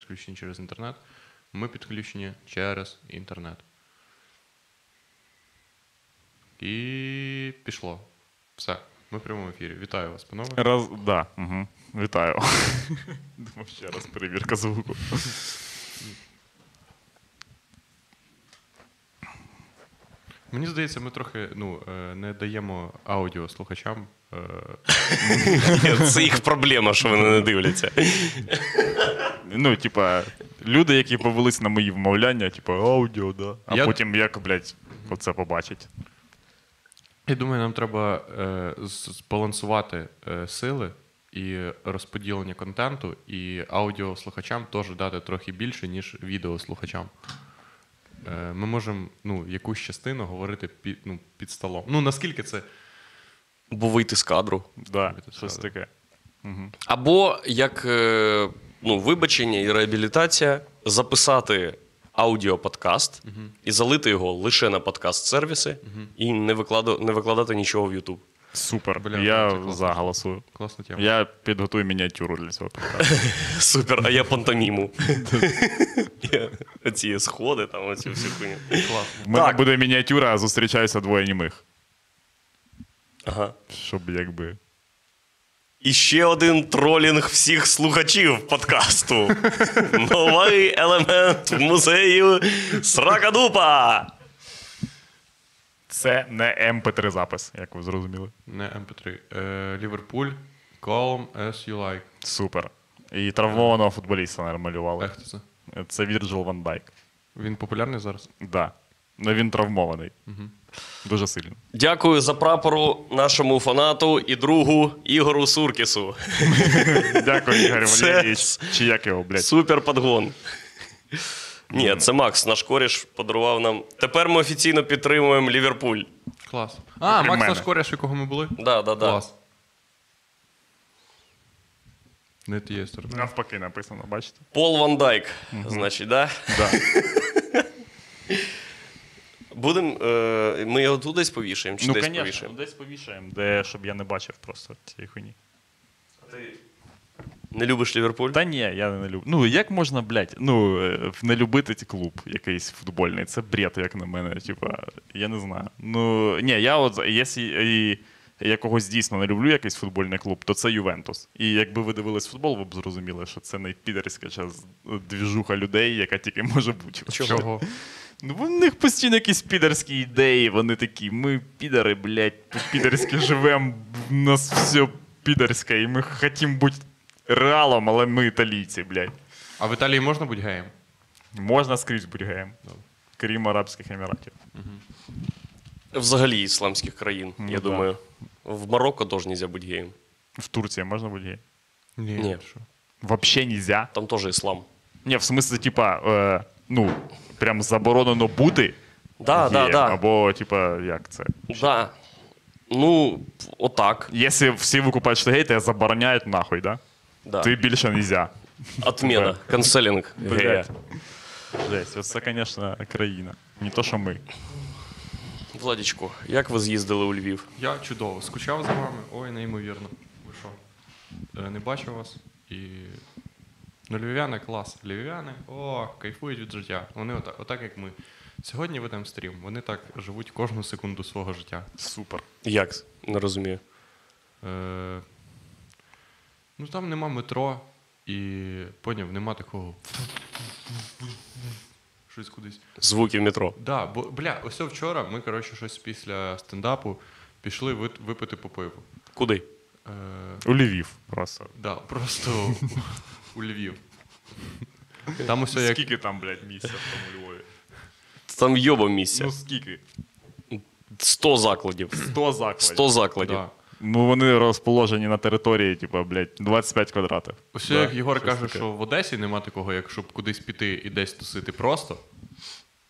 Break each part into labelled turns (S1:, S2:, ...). S1: підключені через інтернет. Ми підключені через інтернет. І пішло. Все. Ми в прямому ефірі. Вітаю вас, панове.
S2: Раз, да, угу. Вітаю. Думав, ще раз перевірка звуку.
S1: Мені здається, ми трохи ну, е, не даємо аудіо слухачам. е,
S3: Це їх проблема, що вони не дивляться.
S2: Ну, типа, люди, які повелись на мої вмовляння, типа, аудіо, да. А
S1: Я-
S2: потім як, блядь, оце побачить.
S1: Я думаю, нам треба е, з- збалансувати е, сили і розподілення контенту, і аудіо слухачам теж дати трохи більше, ніж відео слухачам. Е, ми можемо ну, якусь частину говорити під, ну, під столом. Ну, наскільки це.
S3: Бо вийти з кадру.
S2: Да,
S1: Це
S2: щось
S1: правда.
S2: таке. Угу.
S3: Або як е, ну, вибачення і реабілітація записати аудіоподкаст і залити його лише на подкаст-сервіси і не, викладу, не викладати нічого в Ютуб.
S2: Супер.
S1: Бля, це
S2: я
S1: класно.
S2: заголосую.
S1: Класна тема.
S2: Я підготую мініатюру для цього. подкасту.
S3: Супер, а я пантоміму. Я Оці сходи, там оці всю хуйню.
S2: В мене буде мініатюра, а зустрічаються двоє німих.
S3: Ага.
S2: Щоб якби.
S3: І ще один тролінг всіх слухачів подкасту. Новий елемент музею Сракадупа.
S2: Це не mp3 запис, як ви зрозуміли.
S1: Не MP3. Е, Ліверпуль. Calm as you like.
S2: Супер. І травмованого футболіста намалювали.
S1: Ех, хто це?
S2: Це Вірджил Ван Дайк.
S1: Він популярний зараз?
S2: Да. Ну він травмований. Дуже сильно.
S3: Дякую за прапору нашому фанату і другу Ігору Суркісу.
S2: Дякую, Ігор
S3: Це-
S2: Валерійович. Чи як його, блядь?
S3: Супер подгон. Ні, це Макс, наш коріш подарував нам. Тепер ми офіційно підтримуємо Ліверпуль.
S1: Клас. А,
S2: Окрім
S1: Макс
S2: мене.
S1: наш кореш, якого ми були?
S3: Да, да, да.
S1: Клас. Не тієї сторони.
S2: Навпаки написано, бачите?
S3: Пол Ван Дайк, значить, да?
S2: Да.
S3: Будем, е, ми його тут десь повішаємо чи
S2: Ну,
S3: десь
S2: звісно,
S3: повішаємо?
S2: десь повішаємо, де, щоб я не бачив просто цієї хуйні.
S3: Не любиш Ліверпуль?
S2: Та ні, я не люблю. Ну, як можна, блядь, ну, е, не любити ті клуб якийсь футбольний. Це бред, як на мене. Типа, я не знаю. Ну, ні, я от, якщо і я когось дійсно не люблю якийсь футбольний клуб, то це Ювентус. І якби ви дивились футбол, ви б зрозуміли, що це найпідерська час двіжуха людей, яка тільки може бути.
S1: Чого?
S2: Ну, в них постійно якісь підерські ідеї, вони такі, ми підери, блядь, тут підерськи живемо, в нас все підерське, і ми хотімо бути реалом, але ми італійці, блядь.
S1: А в Італії можна бути геєм?
S2: Можна скрізь бути геєм, ну, крім Арабських Еміратів.
S3: Взагалі ісламських країн,
S2: Ну,
S3: я
S2: да.
S3: думаю. В Марокко теж нельзя бути геєм.
S2: В Турції можна бути геєм?
S3: Ні.
S1: що?
S2: Вообще нельзя.
S3: Там теж іслам.
S2: Ні, в смислі, типа, е, ну, прям заборонено бути.
S3: Да, да,
S2: геєм,
S3: да.
S2: Або, типа, як це?
S3: Да. Ну, отак.
S2: Якщо всі викупають, що ти гей, тебе забороняють нахуй, да?
S3: Да.
S2: Ти більше нельзя.
S3: Отмена, канцелінг. гея.
S2: Блядь. Жесть, оце, звісно, країна. Не то, що ми.
S3: Владічку, як ви з'їздили у Львів?
S1: Я чудово. Скучав за вами. Ой, неймовірно. Ви що? Е, Не бачив вас. І. Ну, львів'яни клас. Львів'яни, о, кайфують від життя. Вони отак, отак як ми. Сьогодні ведемо стрім. Вони так живуть кожну секунду свого життя.
S2: Супер.
S3: Як? Не розумію.
S1: Е, ну там нема метро і поняв, нема такого. Щось кудись.
S3: Звуки в метро.
S1: Да, бо бля, ось вчора ми, коротше, щось після стендапу пішли вит- випити по пиву.
S3: Куди?
S1: Е,
S2: У Львів просто.
S1: да, просто у Львів. Там усе як.
S2: Скільки там, блядь, місця в тому Львові?
S3: Там йоба місця.
S2: Ну скільки?
S3: 100 закладів.
S2: 100 закладів.
S3: 100 закладів.
S1: Да.
S2: Ну вони розположені на території, типа, блядь, 25 квадратів.
S1: Усе
S2: Да,
S1: як Єгор
S2: щось
S1: каже,
S2: таке.
S1: що в Одесі нема такого, як щоб кудись піти і десь тусити просто,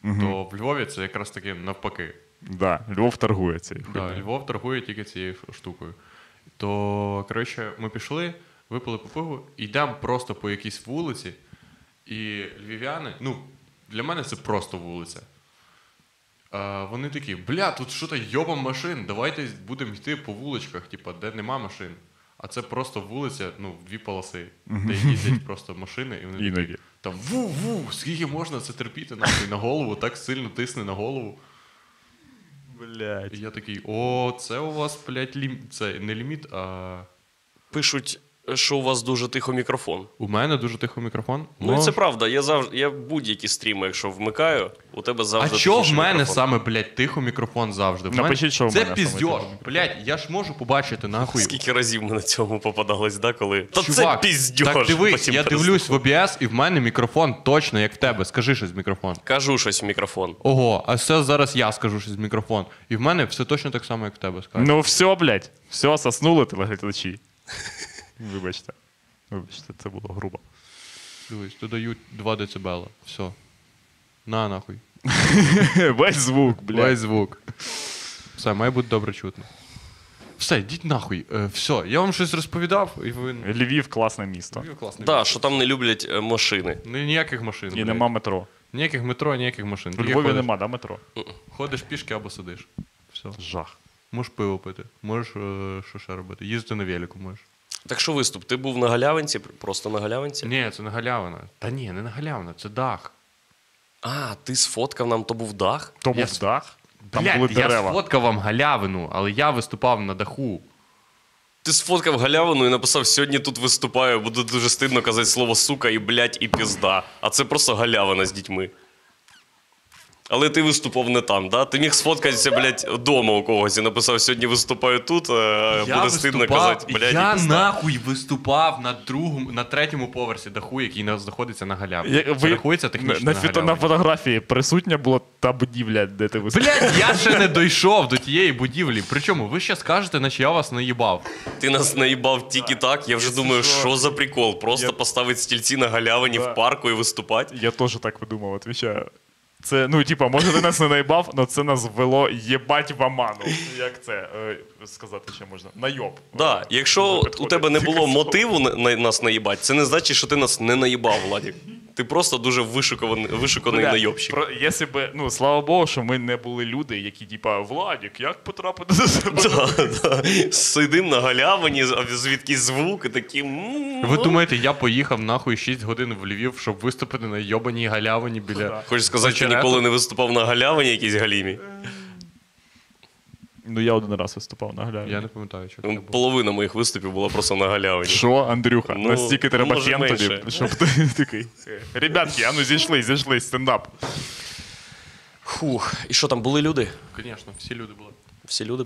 S1: то в Львові це якраз таки навпаки.
S2: Да, Львов торгує цією
S1: Да,
S2: хуйнею.
S1: Львов торгує тільки цією ф- штукою. То, коротше, ми пішли, випили по пиву, йдемо просто по якійсь вулиці, і львів'яни, ну, для мене це просто вулиця. А, вони такі, бля, тут що то йоба машин, давайте будемо йти по вуличках, типа, де нема машин. А це просто вулиця, ну, в дві полоси, де їздять просто машини, і вони такі,
S2: Іноді.
S1: Там ву-ву, скільки можна це терпіти нахуй на голову, так сильно тисне на голову.
S2: Блять.
S1: І я такий, о, це у вас, блядь, лім... це не ліміт, а
S3: Пишуть, що у вас дуже тихо мікрофон.
S1: у мене дуже тихо мікрофон.
S3: Ну і це
S1: Мож-
S3: правда. Я завжди я будь-які стріми, якщо вмикаю, у тебе
S1: А
S3: завжди.
S1: чо в
S3: тихіший
S1: мене
S3: мікрофон.
S1: саме, блядь, тихо мікрофон завжди? В мене-
S2: Напишіть, що в
S1: це
S2: мене саме тихо
S1: піздьош, блядь, я ж можу побачити нахуй.
S3: Скільки разів ми на цьому попадались, да, коли. Та
S1: Чувак,
S3: це піздьош.
S1: Так дивись,
S3: потім
S1: я
S3: перестав.
S1: дивлюсь в OBS, і в мене мікрофон точно, як в тебе. Скажи щось в мікрофон.
S3: Кажу щось в мікрофон.
S1: Ого, а все зараз я скажу щось в мікрофон. І в мене все точно так само, як в тебе скажу.
S2: Ну все, блядь, все, соснули телеглядачі. Вибачте. Вибачте, це було грубо.
S3: Ну.
S1: Дивись, додають 2 децибела. Все. На нахуй.
S2: Весь звук,
S1: Весь
S2: блядь.
S1: звук. Все, має бути добре чутно. Все, йдіть нахуй. Е, все, я вам щось розповідав, і ви.
S2: Львів класне місто.
S1: Класний.
S3: Да, що там не люблять е, машини.
S1: Ні- Ніяких машин.
S2: І
S1: блядь.
S2: нема метро.
S1: Ніяких метро, ніяких машин.
S2: У
S1: Тільки
S2: Львові
S1: ходиш-
S2: нема, да, метро?
S1: Ходиш пішки або сидиш. Все.
S2: Жах.
S1: Можеш пиво пити, можеш е, що ще робити. Їздити на велику можеш.
S3: Так що виступ? Ти був на галявинці, пр- просто на галявинці?
S1: Ні, це не галявина. Та ні, не на галявина, це дах.
S3: А, ти сфоткав нам, то був дах?
S2: То
S1: Я
S2: був
S1: с-
S2: дах, там
S1: Блядь,
S2: були
S1: я
S2: дерева.
S1: сфоткав вам галявину, але я виступав на даху.
S3: Ти сфоткав галявину і написав: сьогодні тут виступаю, буде дуже стидно казати слово сука і блять, і пізда. А це просто галявина з дітьми. Але ти виступав не там, да? Ти міг сфоткатися, блять, вдома у когось і написав, сьогодні виступаю тут, а
S1: я
S3: буде стидно
S1: виступав-
S3: казати, блять,
S1: я
S3: і пізда.
S1: нахуй виступав на другому, на третьому поверсі даху, який на- знаходиться на галявині.
S2: Я-
S1: Це
S2: ви-
S1: рахується технічно на,
S2: на, фіто- на
S1: галявині?
S2: фотографії присутня була та будівля, де ти виступав.
S1: Блядь, я ще не дійшов до тієї будівлі. Причому ви ще скажете, наче я вас наїбав.
S3: Ти нас наїбав тільки так. Я вже думаю,
S2: що-
S3: що за прикол? Просто
S2: Я-
S3: поставити стільці на галявині
S2: Да.
S3: в парку і виступати.
S2: Я теж так подумав, отвічаю. Це, ну, типа, може, ти нас не наїбав, але це нас ввело єбать в оману. Як це е, сказати ще можна? Е, Найоб.
S3: Да,
S2: Не
S3: якщо у
S2: підходить.
S3: тебе не було мотиву на, на- нас наїбати, це не значить, що ти нас не наїбав, Владік. Ти просто дуже вишуканий, вишуканий
S2: Бля,
S3: найобщик.
S2: Про, якщо би, ну, слава Богу, що ми не були люди, які, типа, Владік, як потрапити до себе?
S3: Да, да. Сидим на галявині, а звідки звук і такі. «М,
S1: Ви
S3: ну».
S1: думаєте, я поїхав нахуй 6 годин в Львів, щоб виступити на йобаній галявині біля.
S2: Да.
S3: Хочеш сказати, що ніколи не виступав на галявині якійсь галімі?
S2: Ну, я один раз виступав на гляді.
S1: Я не пам'ятаю, що це
S3: Ну,
S1: було.
S3: Половина моїх виступів була просто на галявині.
S2: Що, Андрюха,
S3: Ну,
S2: настільки треба
S3: може,
S2: фен тобі,
S3: менше.
S2: щоб ти такий. Ребятки, а ну зійшли, зійшли, стендап.
S3: Фух, і що там були люди?
S1: Звісно, всі люди були.
S3: Всі люди,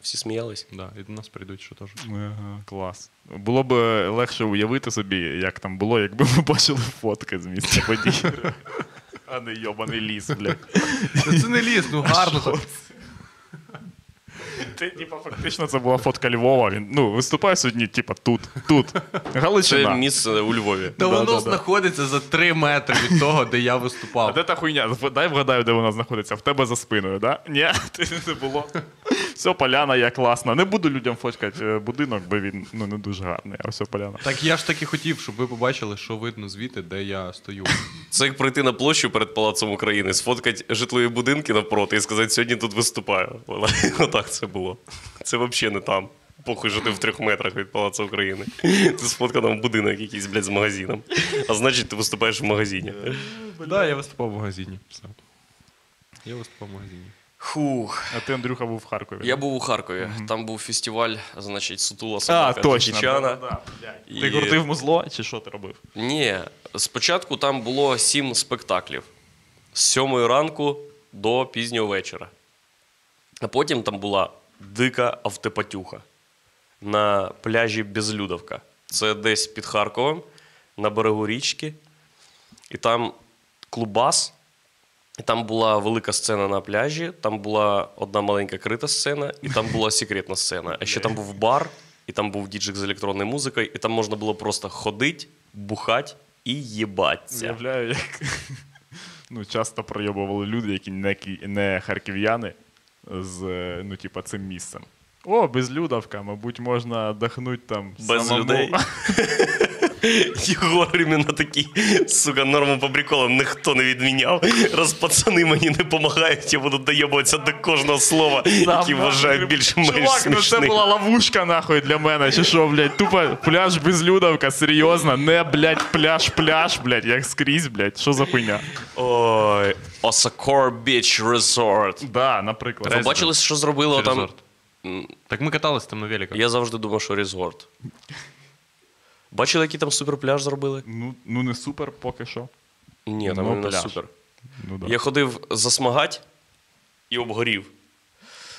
S3: всі сміялись.
S1: Да, і до нас прийдуть, що теж.
S2: Ага, клас. Було б е, легше уявити собі, як там було, якби ми бачили фотки з місця подій. А не йобаний ліс, блядь.
S1: Та це не ліс, ну гарно. так.
S2: Ти, типа, фактично це була фотка Львова. Він ну, виступає сьогодні, типа, тут, тут.
S3: Це
S2: Галичина.
S3: місце у Львові.
S1: Та
S2: Да,
S1: воно
S2: да, да.
S1: знаходиться за 3 метри від того, де я
S2: А
S1: виступав.
S2: де та хуйня? В- Дай вгадаю, де вона знаходиться. В тебе за спиною, да? Ні, ти не було. Все, поляна, я класна. Не буду людям фоткати е, будинок, бо він ну, не дуже гарний, а все поляна.
S1: Так я ж таки хотів, щоб ви побачили, що видно звідти, де я стою.
S3: Це як прийти на площу перед Палацом України, сфоткати житлові будинки навпроти і сказати, сьогодні тут виступаю. Отак це було. Це взагалі не там. Похуй, що ти в трьох метрах від Палацу України. Ти сфоткав там будинок якийсь, блядь, з магазином. А значить, ти виступаєш в магазині.
S1: Так, да, я виступав в магазині. Все. Я виступав в магазині.
S3: Хух.
S2: А ти, Андрюха, був в Харкові.
S3: Я був у Хартові. Там був фестиваль, значить, сутула
S2: А,
S3: собака
S2: точно.
S3: Чичана.
S2: да, блядь.
S3: І-
S2: Ти крутив музло, чи що ти робив?
S3: Ні, спочатку там було сім спектаклів з сьомої ранку до пізнього вечора. А потім там була дика автопатюха на пляжі Безлюдовка. Це десь під Харковом, на берегу річки. І там клубас, і там була велика сцена на пляжі, там була одна маленька крита сцена, і там була секретна сцена. А ще там був бар, і там був діджик з електронною музикою, і там можна було просто ходити, бухати і їбатися.
S2: Уявляю, як ну, часто пройобували люди, які не, ки- не харків'яни з е, ну, типа, цим місцем. О, безлюдовка, мабуть, можна дохнути там
S3: Без
S2: самому.
S3: людей. Єгор іменно такий, сука, норму по приколам ніхто не відміняв. Раз пацани мені не допомагають, я буду доєбуватися до кожного слова, яке вважаю більш-менш
S2: Чувак, ну це
S3: смішним.
S2: була ловушка нахуй для мене. Чи що, блядь, тупо пляж безлюдовка, серйозно, не, блядь, пляж, пляж, блядь, як скрізь, блядь, що за хуйня?
S3: Ой, Osakor Beach Resort.
S2: Да, наприклад.
S3: Ви бачили, що зробило там?
S1: Резорт. Так ми катались там на великах.
S3: Я завжди думав, що резорт. Бачили, який там суперпляж зробили?
S2: Ну, ну не супер поки що.
S3: Ні,
S2: Ну,
S3: там не
S2: пляж.
S3: супер.
S2: Ну, да.
S3: Я ходив засмагать і обгорів.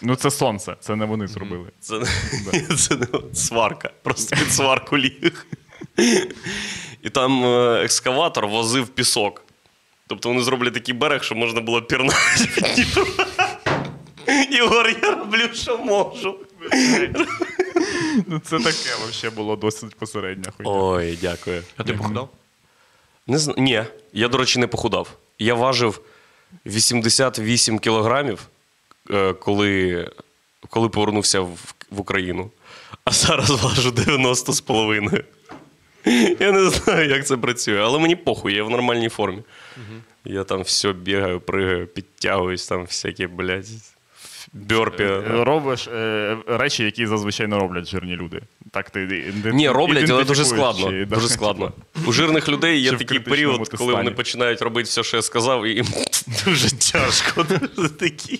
S2: ну це сонце, це не вони зробили.
S3: Це, це не сварка. Просто під сварку ліг. І там е, екскаватор возив пісок. Тобто вони зроблять такий берег, що можна було пірнати від Дніпра. Ігор, я роблю, що можу.
S2: Ну це таке взагалі було досить посередня хуйня.
S3: Ой, дякую.
S1: А ти похудав?
S3: Не зна... Ні, я, до речі, не похудав. Я важив 88 кілограмів, е, коли, коли повернувся в, в Україну, а зараз важу 90 з половиною. Я не знаю, як це працює, але мені похуй, я в нормальній формі. Я там все бігаю, пригаю, підтягуюсь, там всякі, блядь, бьорпі.
S2: Робиш е, речі, які зазвичай не роблять жирні люди. Так ти іде-
S3: Ні, роблять, але дуже
S2: ідентифікуєш,
S3: складно.
S2: чи- да.
S3: Дуже складно. У жирних людей є
S2: Чи в
S3: такий
S2: критичному
S3: період,
S2: ти
S3: коли вони
S2: стані.
S3: починають робити все, що я сказав, і їм дуже тяжко. Дуже такі.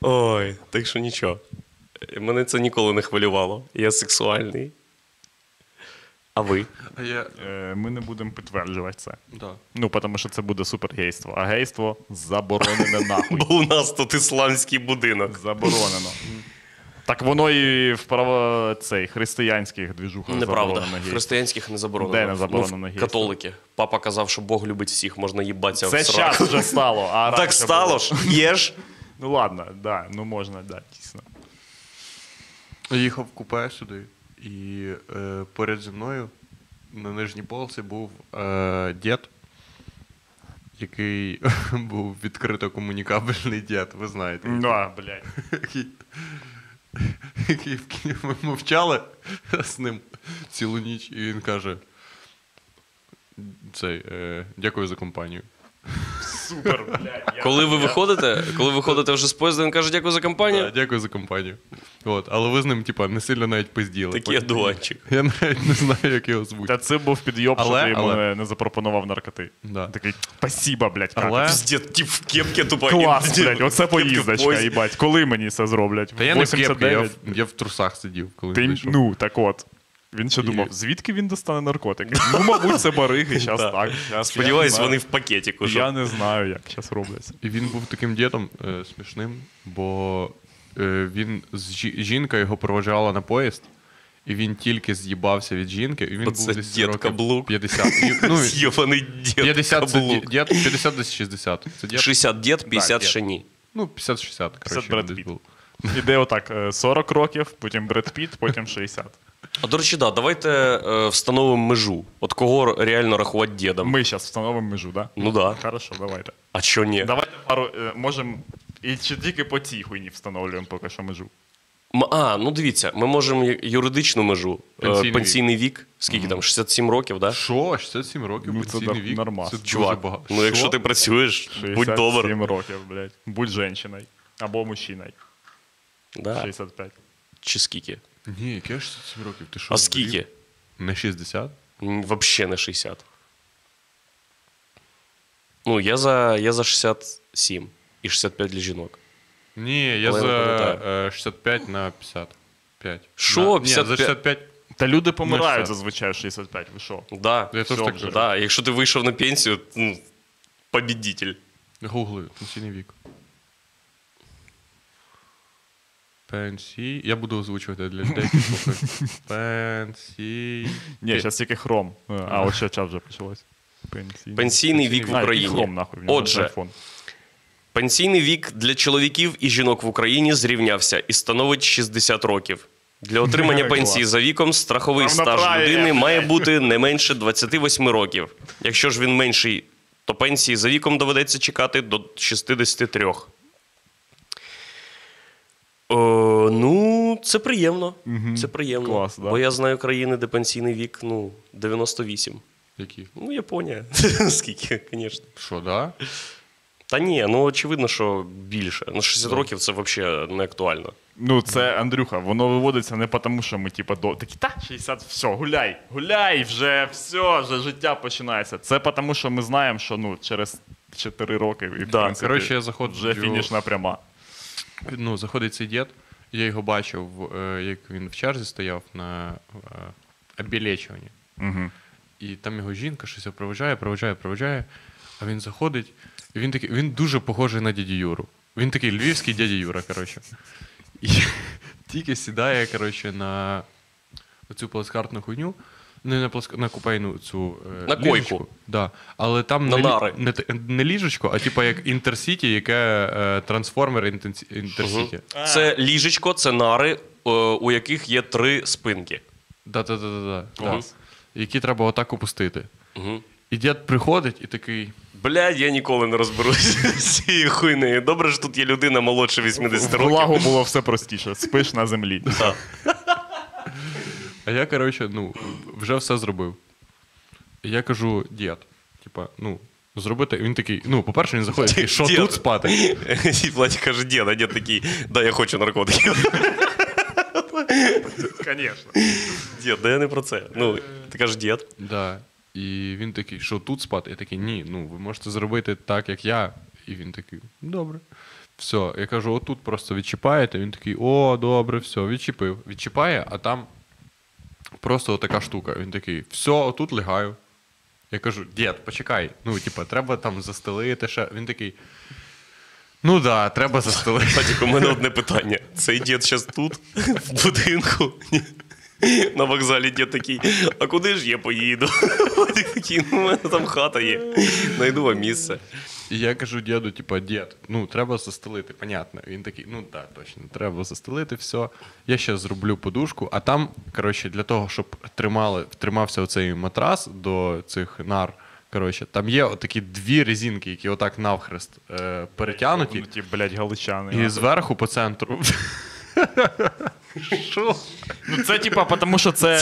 S3: Ой, так що нічого. Мене це ніколи не хвилювало. Я сексуальний. А ви?
S1: А я.
S2: Е, Ми не будемо підтверджувати це.
S1: Да.
S2: Ну, тому що це буде супергейство. А гейство заборонене нахуй.
S3: Бо у нас тут ісламський будинок.
S2: Заборонено. Так воно і в право цей християнських двіжухах
S3: Неправда.
S2: заборонено гейство.
S3: Християнських не заборонено.
S2: Де не заборонено
S3: Ну, в-
S2: гейство?
S3: Католики. Папа казав, що Бог любить всіх, можна їбатися
S2: Це
S3: в сраку.
S2: зараз вже стало. А
S3: Так
S2: раніше
S3: стало
S2: було.
S3: ж, є ж.
S2: Ну ладно, да, ну можна, да, дійсно.
S1: Їхав в купе сюди, і е, поряд зі мною на нижній полці був е, дід, який був відкрито комунікабельний дід, ви знаєте.
S2: Да, блядь.
S1: який, який в Києві ми мовчали з ним цілу ніч, і він каже: цей, е, дякую за компанію.
S2: Супер, блядь. я-
S3: Коли ви виходите, коли ви виходите вже з поїзда, він каже, дякую за
S1: Да,
S3: компанію.
S1: дякую за компанію. От, але ви з ним, типа, не сильно навіть пизділи.
S3: Такий одуванчик.
S1: Я навіть не знаю, як його звуть.
S2: Та це був підйоб,
S1: Але-
S2: що ти йому
S1: але-
S2: не- не запропонував наркоти.
S1: Да.
S2: Такий, спасіба, блядь,
S1: Але-
S2: Катя.
S3: Піздєт, тіп в кепці тупо.
S2: Клас,
S3: і-
S2: блядь, оце
S3: в кепці в
S2: поїздочка,
S3: поїзді.
S2: їбать. Коли мені це зроблять?
S1: Та я не в кепці, я,
S2: 89?
S1: в- я в трусах сидів, коли
S2: Ти,
S1: зайшов.
S2: ну, так от. Він ще думав, звідки він достане наркотики? Ну, мабуть, це бариги, зараз
S3: Да.
S2: так. щас
S3: Сподіваюсь,
S2: я не
S3: вони
S2: знаю.
S3: в пакетіку.
S2: Я
S3: вже.
S2: не знаю, як зараз робляться.
S1: І він був таким дідом е, смішним, бо е, він з жі- жінка його проважала на поїзд, і він тільки з'їбався від жінки, і він
S3: Оце
S1: був десь
S3: дід
S1: років
S3: каблук.
S1: 50. І, ну,
S3: З'єбаний дід.
S1: 50 це
S3: каблук.
S1: дід, дід, 50 десь 60. Це дід,
S3: 60 дід, 50
S1: дід.
S3: ще ні.
S1: ну, 50-60, коротше,
S2: Бред
S1: десь
S2: Піт.
S1: був.
S2: Іде отак е, 40 років, потім Бред Піт, потім 60.
S3: А до речі, да, давайте е, встановимо межу. От кого реально рахувати дідом.
S2: Ми зараз встановимо межу, да?
S3: Ну да.
S2: Хорошо, давайте.
S3: А чо ні?
S2: Давайте пару е, можемо. І чи тільки по цій хуйні встановлюємо поки що межу.
S3: М- А, ну дивіться, ми можемо ю- юридичну межу. Е,
S1: Пенсійний вік.
S3: Пенсійний вік. Скільки там? 67 років, да?
S1: Що, 67 років,
S2: Ну, це
S1: пенсійний
S2: нар-
S1: вік?
S2: нормас.
S1: Це дуже
S3: Чувак,
S1: багато.
S3: ну якщо
S1: Що?
S3: ти працюєш, будь добр.
S2: 67 років, блядь. Будь жінкою. Або мужчиною.
S3: Да.
S2: 65.
S3: Чи скільки?
S1: Ні, яке 67 років? Ти що,
S3: А
S1: здурів?
S3: скільки?
S1: На 60?
S3: М, Вообще на 60. Ну, я за, я за 67 і 65 для жінок.
S1: Ні, я
S3: Але Ну, я не
S1: за
S3: пам'ятаю.
S1: е, 65 на 55.
S3: Що,
S1: На- Ні, за
S3: 55?
S1: 65.
S2: Та люди
S3: Ну
S2: помирають
S1: 60.
S2: зазвичай в 65, ви що?
S3: Да,
S1: Я теж
S3: всьо
S1: так
S3: вже,
S1: кажу.
S3: да. Якщо ти вийшов на пенсію, ну, побідітель.
S1: Гугли, пенсійний вік. Пенсій. Я буду озвучувати для людей, які слухають. Пенсій.
S2: Ні, зараз тільки хром. Е, А, ось ще час вже почалось. Пенсійний,
S3: Пенсійний вік в
S2: А, який
S3: Україні.
S2: хром, нахуй, в нього
S3: Отже.
S2: телефон.
S3: Пенсійний вік для чоловіків і жінок в Україні зрівнявся і становить 60 років. Для отримання
S2: Клас.
S3: пенсії за віком страховий
S2: Там на
S3: стаж
S2: праві,
S3: людини
S2: блядь.
S3: має бути не менше 28 років. Якщо ж він менший, то пенсії за віком доведеться чекати до 63. Е, ну, це приємно. Це приємно.
S2: Клас, да.
S3: Бо я знаю країни, де пенсійний вік ну, 98.
S1: Які?
S3: Ну, Японія. Скільки, звісно.
S1: Що, да?
S3: Та ні, ну очевидно, що більше. Ну, 60 років це взагалі не актуально.
S2: Ну, це Андрюха, воно виводиться не тому, що ми, типа, до такі та 60, все, гуляй, гуляй, вже все, вже життя починається. Це тому, що ми знаємо, що ну через 4 роки і в
S3: Да,
S2: принципі,
S1: коротше, я заходжу-
S2: вже фінішна пряма.
S1: ну, заходить цей дід, я його бачив, е, як він в черзі стояв на е, обілечуванні.
S2: Угу.
S1: І там його жінка щось його проведжає, проведжає, проведжає. А він заходить, і він такий, він дуже похожий на дяді Юру. Він такий львівський дядя Юра, коротше. І тільки сідає, коротше, на цю плацкартну хуйню. Не на пласк... на купейну цю е,
S3: На койку.
S1: ліжечку. Да. Але там
S3: На
S1: не, лі-
S3: нари.
S1: не, т- не ліжечко, а типа як інтерсіті, яке е, трансформер інтенсі- інтерсіті.
S3: Мгм. Це ліжечко, це нари, е, у яких є три спинки.
S1: Да-да-да-да.
S2: Клас.
S1: Які треба отак опустити.
S3: Угу.
S1: І дід приходить і такий.
S3: Блядь, я ніколи не розберуся з цією хуйнею. Добре, що тут є людина молодше 80
S2: В
S3: років.
S2: лагу було все простіше. Спиш на землі.
S3: Так.
S1: А я, коротше, ну, вже все зробив. І Я кажу, дід, типа, ну, зробити. Він такий, ну, по-перше, він заходить, такий, що
S3: Дід.
S1: тут спати?
S3: І Владі каже, дід, а дід такий, да, я хочу наркотиків.
S2: Звісно.
S3: Дід, да я не про це. Ну, ти кажеш, дід.
S1: Да. І він такий, що тут спати? Я такий, ні, ну ви можете зробити так, як я. І він такий, «Ну, добре. Все, я кажу, отут просто відчіпаєте. Він такий, о, добре, все, відчіпив. Відчіпає, а там просто така штука. Він такий, все, отут лягаю. Я кажу, дід, почекай. Ну, типа, треба там застелити ще. Він такий. Ну да, треба застелити.
S3: Владік, Типу, у мене одне питання. Цей дід зараз тут, в будинку. Ні. На вокзалі дід такий, а куди ж я поїду? Владік такий, ну, у мене там хата є. Найду вам місце.
S1: І я кажу діду, типа, дід, ну треба застелити, понятно. Він такий, ну так, точно, треба застелити все. Я ще зроблю подушку, а там, коротше, для того, щоб тримали, тримався оцей матрас до цих нар. Коротше, там є отакі дві резинки, які отак навхрест е, перетянуті,
S2: Ну, Ті, блядь, галичани.
S1: і зверху по центру. Що?
S2: Ну це типа, тому що це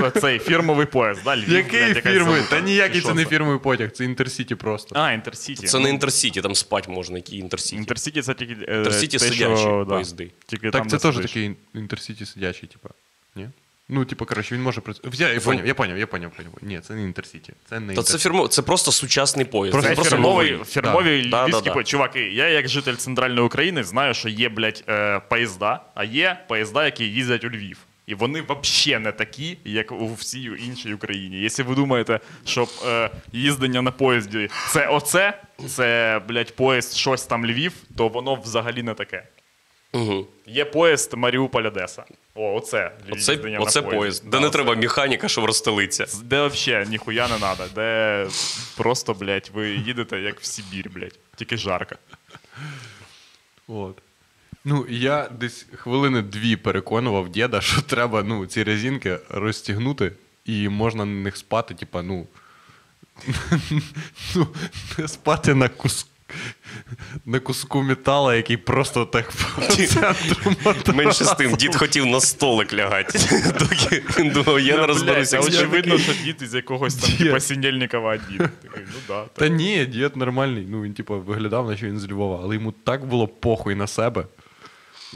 S2: е, цей фірмовий поїзд. Да? Львів,
S1: Який
S2: блядь, якась
S1: фірмовий?
S2: залута.
S1: Та ніякий
S2: Що
S1: це не фірмовий потяг, це інтерсіті просто.
S2: А, інтерсіті.
S3: Це не інтерсіті, там спать можна, який інтерсіті.
S2: Інтерсіті це тільки. е,
S3: Інтерсіті
S2: те,
S3: сидячі
S2: що, да,
S3: поїзди.
S2: Тільки
S1: Так,
S2: там,
S1: це
S2: де
S1: теж
S2: сидиш.
S1: такий ін- інтерсіті сидячий, типа. Ні? Ну, типа, коротше, він може працювати. Я, я поняв, я поняв, я поняв, поняв. Ні, це не інтерсіті. Це не
S3: Та це
S1: інтерсіті.
S3: фірмо, це просто сучасний поїзд.
S2: Просто,
S3: Це просто
S2: фірмовий,
S3: новий.
S2: фірмові
S3: Да.
S2: львівські
S3: Да-да-да.
S2: по- Чуваки, я як житель центральної України знаю, що є, блядь, е, поїзда, а є поїзда, які їздять у Львів. І вони взагалі не такі, як у всій іншій Україні. Якщо ви думаєте, що е, їздення на поїзді це оце, це, блядь, поїзд щось там Львів, то воно взагалі не таке.
S3: Угу.
S2: Є поїзд Маріуполь Одеса. О, оце.
S3: Оце,
S2: їздення на
S3: оце
S2: поїзді.
S3: поїзд, де
S2: Да,
S3: не
S2: оце.
S3: треба механіка, щоб розстелитися.
S2: Де взагалі ніхуя не треба, де просто, блядь, ви їдете як в Сибір, блядь. Тільки жарко.
S1: От. Ну, і я десь хвилини дві переконував діда, що треба ну, ці резинки розстігнути, і можна на них спати, типа, ну. ну не спати на кус... на куску метала, який просто так по центру матрасу.
S3: Менше з тим, дід хотів на столик лягати. Доки він думав, я не розберуся.
S2: Ну, Блядь,
S3: як
S2: а
S3: це.
S2: очевидно, що дід із якогось там
S1: Дід.
S2: типа Сінельникова дід. Такий, ну да.
S1: Та
S2: так.
S1: ні, дід нормальний. Ну він типу виглядав, наче він з Львова, але йому так було похуй на себе.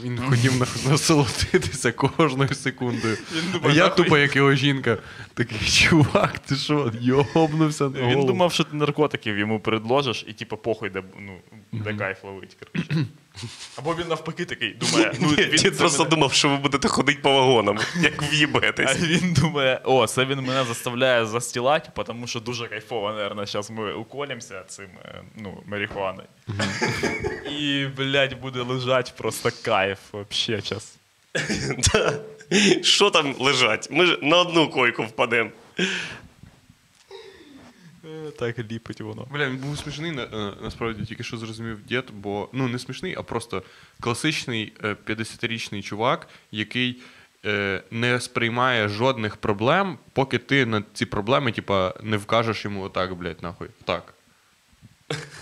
S1: Він хотів на- насолодитися кожною секундою.
S2: думав,
S1: А я
S2: нахуй.
S1: тупо, як його жінка, такий чувак, ти що, йобнувся на
S2: Він
S1: голову?»
S2: думав, що ти наркотиків йому предложиш, і типа похуй, де, ну, де кайф ловить. коротше. Або він навпаки такий думає, ну
S3: Ні,
S2: він
S3: Дід
S2: це
S3: просто
S2: мене-
S3: думав, що ви будете ходити по вагонам, як
S2: А
S3: в'їбетесь.
S2: він думає, о, це він мене заставляє застілати, тому що дуже кайфово, наверное, зараз ми уколімося цим е, ну, марихуаною. І, блядь, буде лежать просто кайф вообще зараз.
S3: Да. Що там лежать? Ми ж на одну койку впадемо.
S2: Е, Так ліпить воно.
S1: Бля, він був смішний на- е, насправді тільки що зрозумів дід, бо ну не смішний, а просто класичний е, 50-річний чувак, який е, не сприймає жодних проблем, поки ти на ці проблеми, типа, не вкажеш йому отак, блядь, нахуй. Так.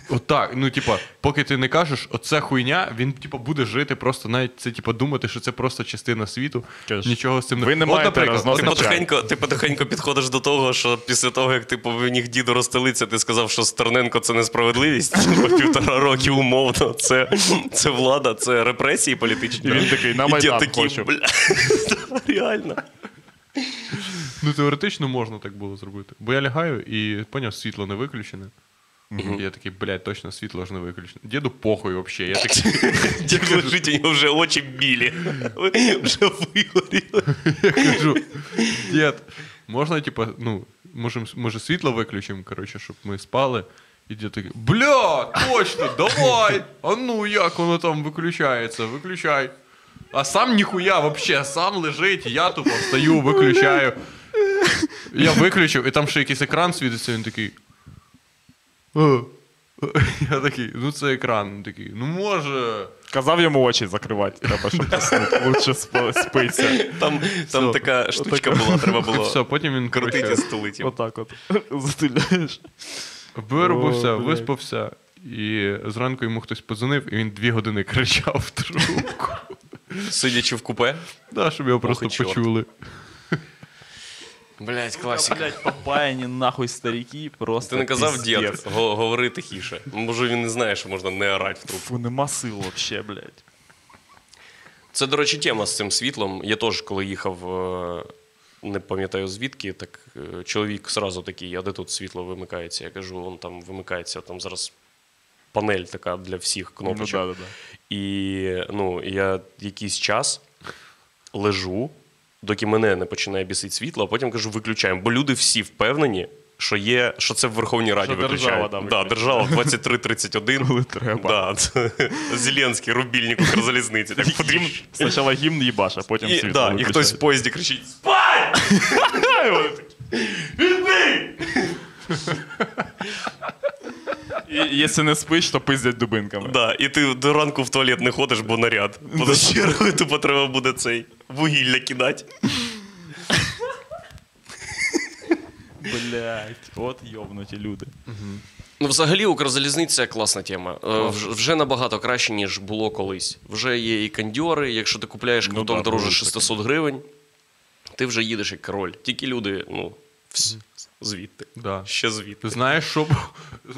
S1: Отак, ну типа, поки ти не кажеш, оце хуйня, він типа буде жити просто навіть це, типа, думати, що це просто частина світу.
S2: Що ж,
S1: Нічого з цим не
S2: ви не
S1: От,
S2: маєте
S1: наприклад,
S2: розносити
S1: ти
S3: Ти
S2: Означає.
S3: потихеньку, ти потихеньку підходиш до того, що після того, як ти повинні діду розстелитися, ти сказав, що Стерненко це несправедливість. Бо Півтора роки умовно. Це, це влада, це репресії політичні.
S2: І він такий, «На
S3: І дід
S2: Майдан
S3: такий,
S2: хочу».
S3: «Бля». Реально.
S1: Ну, теоретично можна так було зробити. Бо я лягаю і поняв, світло не виключене. І я такий, блядь, точно світло ж не виключене. Діду похуй взагалі. Я такий,
S3: Дід лежить, у нього вже очі білі. Вже вигоріли.
S1: кажу, дід, можна, типа, ну, можем, може світло виключимо, коротше, щоб ми спали. І дід такий, бля, точно, давай! А ну як воно там виключається, виключай. А сам ніхуя вообще, сам лежить, я тупо встаю, виключаю. Я виключив, і там ще якийсь екран світиться, він такий. «Е». «Э, Я такий, ну це екран. Він такий, ну може.
S2: Казав йому очі закривати, треба, щоб заснути. Лучше спи- спиться.
S3: Там, там
S1: Все.
S3: така штучка була, треба
S1: Все,
S3: було
S1: потім він
S3: крутити і
S1: коротше,
S3: столиті.
S2: Отак от. Затиляєш.
S1: Виробився,
S2: О, блядь.
S1: виспався, і зранку йому хтось подзвонив, і він дві години кричав в трубку.
S3: Сидячи в купе.
S1: Да, щоб його просто
S3: і чорт.
S1: почули.
S3: Блять, класика.
S2: Блять, попаяні нахуй старіки, просто.
S3: Ти не казав
S2: пиздец.
S3: дід, го- говори тихіше. Може він не знає, що можна не орати в трубку.
S2: Фу, нема сил вообще, блять.
S3: Це, до речі, тема з цим світлом. Я теж коли їхав, е, не пам'ятаю звідки, так е, чоловік сразу такий, а де тут світло вимикається? Я кажу, вон там вимикається, там зараз панель така для всіх кнопочок.
S2: Ну да, да, да.
S3: І ну, я якийсь час лежу, доки мене не починає бісити світло, а потім кажу, виключаємо. Бо люди всі впевнені, що є, що це в Верховній Раді
S2: Що держава,
S3: виключають.
S2: да,
S3: да,
S2: виключає.
S3: держава 2331.
S2: Коли треба.
S3: Да, це Зеленський, рубільник Укрзалізниці. Так,
S2: Гімн,
S3: потріщ.
S2: спочатку гімн їбаш, а потім
S3: І,
S2: світло
S3: да, і
S2: виключають.
S3: хтось в поїзді кричить: Спай! І вони такі, «Іди!»
S2: І, якщо не спиш, то пиздять дубинками.
S3: Да, і ти до ранку в туалет не ходиш, бо наряд. Бо за чергою тупо треба буде цей вугілля кидати.
S2: Блять, от йобнуті люди.
S3: Ну, взагалі, Укрзалізниця класна тема. Е, вж- Вже набагато краще, ніж було колись. Вже є і кондьори, якщо ти купляєш
S2: Ну
S3: квиток
S2: да,
S3: дороже
S2: дуже
S3: 600 гривень, ти вже їдеш як король. Тільки люди, ну, вс- звідти.
S1: Да.
S3: Ще звідти.
S1: Знаєш, що, бу-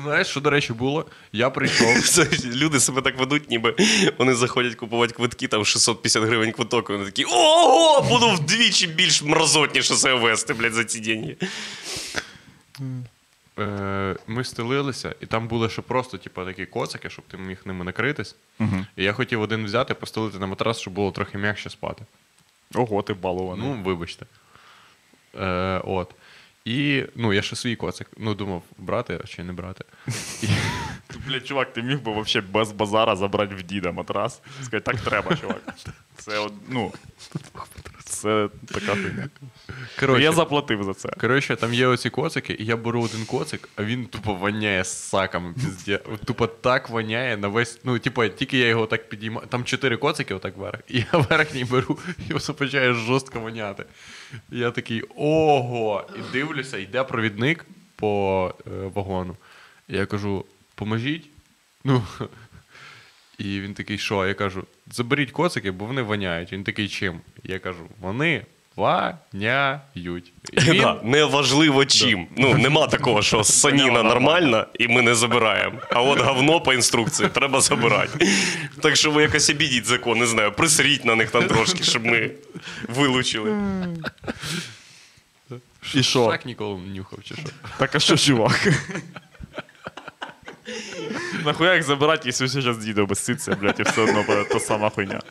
S1: знаєш, що, до речі, було? Я прийшов.
S3: Це Люди себе так ведуть, ніби вони заходять купувати квитки, там 650 гривень квиток, і вони такі ого, буду вдвічі більш мразотніше себе вести, блядь, за ці деньги.
S1: Е, ми стелилися, і там були ще просто, типа, такі коцики, щоб ти міг ними накритись.
S2: Мгм.
S1: І я хотів один взяти, постелити на матрас, щоб було трохи м'якше спати.
S2: Ого, ти балований.
S1: Ну, вибачте. Е, от. І ну, я ще свій коцик. Ну, думав, брати чи не брати.
S2: Ти, блядь, чувак, ти міг би вообще без базара забрати в діда матрас. Сказати, так треба, чувак. Це от, ну. Це така хуйня. Ну,
S1: Коротше,
S2: Я заплатив за це.
S1: Коротше, там є оці коцики, і я беру один коцик, а він тупо воняє з саком. Пізде. От Тупо так воняє на весь. Ну, типу, тільки я його так підіймаю. Там чотири коцики, отак вверх. І я верхній беру, і все почає жорстко воняти. І я такий ого! І дивлюся, йде провідник по е, вагону. І я кажу: поможіть. Ну. І він такий, що? Я кажу, заберіть коцики, бо вони воняють. Він такий чим? Я кажу, вони воняють. І він
S3: Да, неважливо чим. Ну, нема такого, що саніна нормальна, і ми не забираємо. А от говно по інструкції треба забирати. Так що ви якось обідіть закон, не знаю, присріть на них там трошки, щоб ми вилучили.
S2: І що?
S1: Так ніколи не нюхав, чи що?
S2: Так а що, чувак? Нахуя їх забирати, якщо все зараз діда обеситься, блядь, і все одно буде та сама хуйня.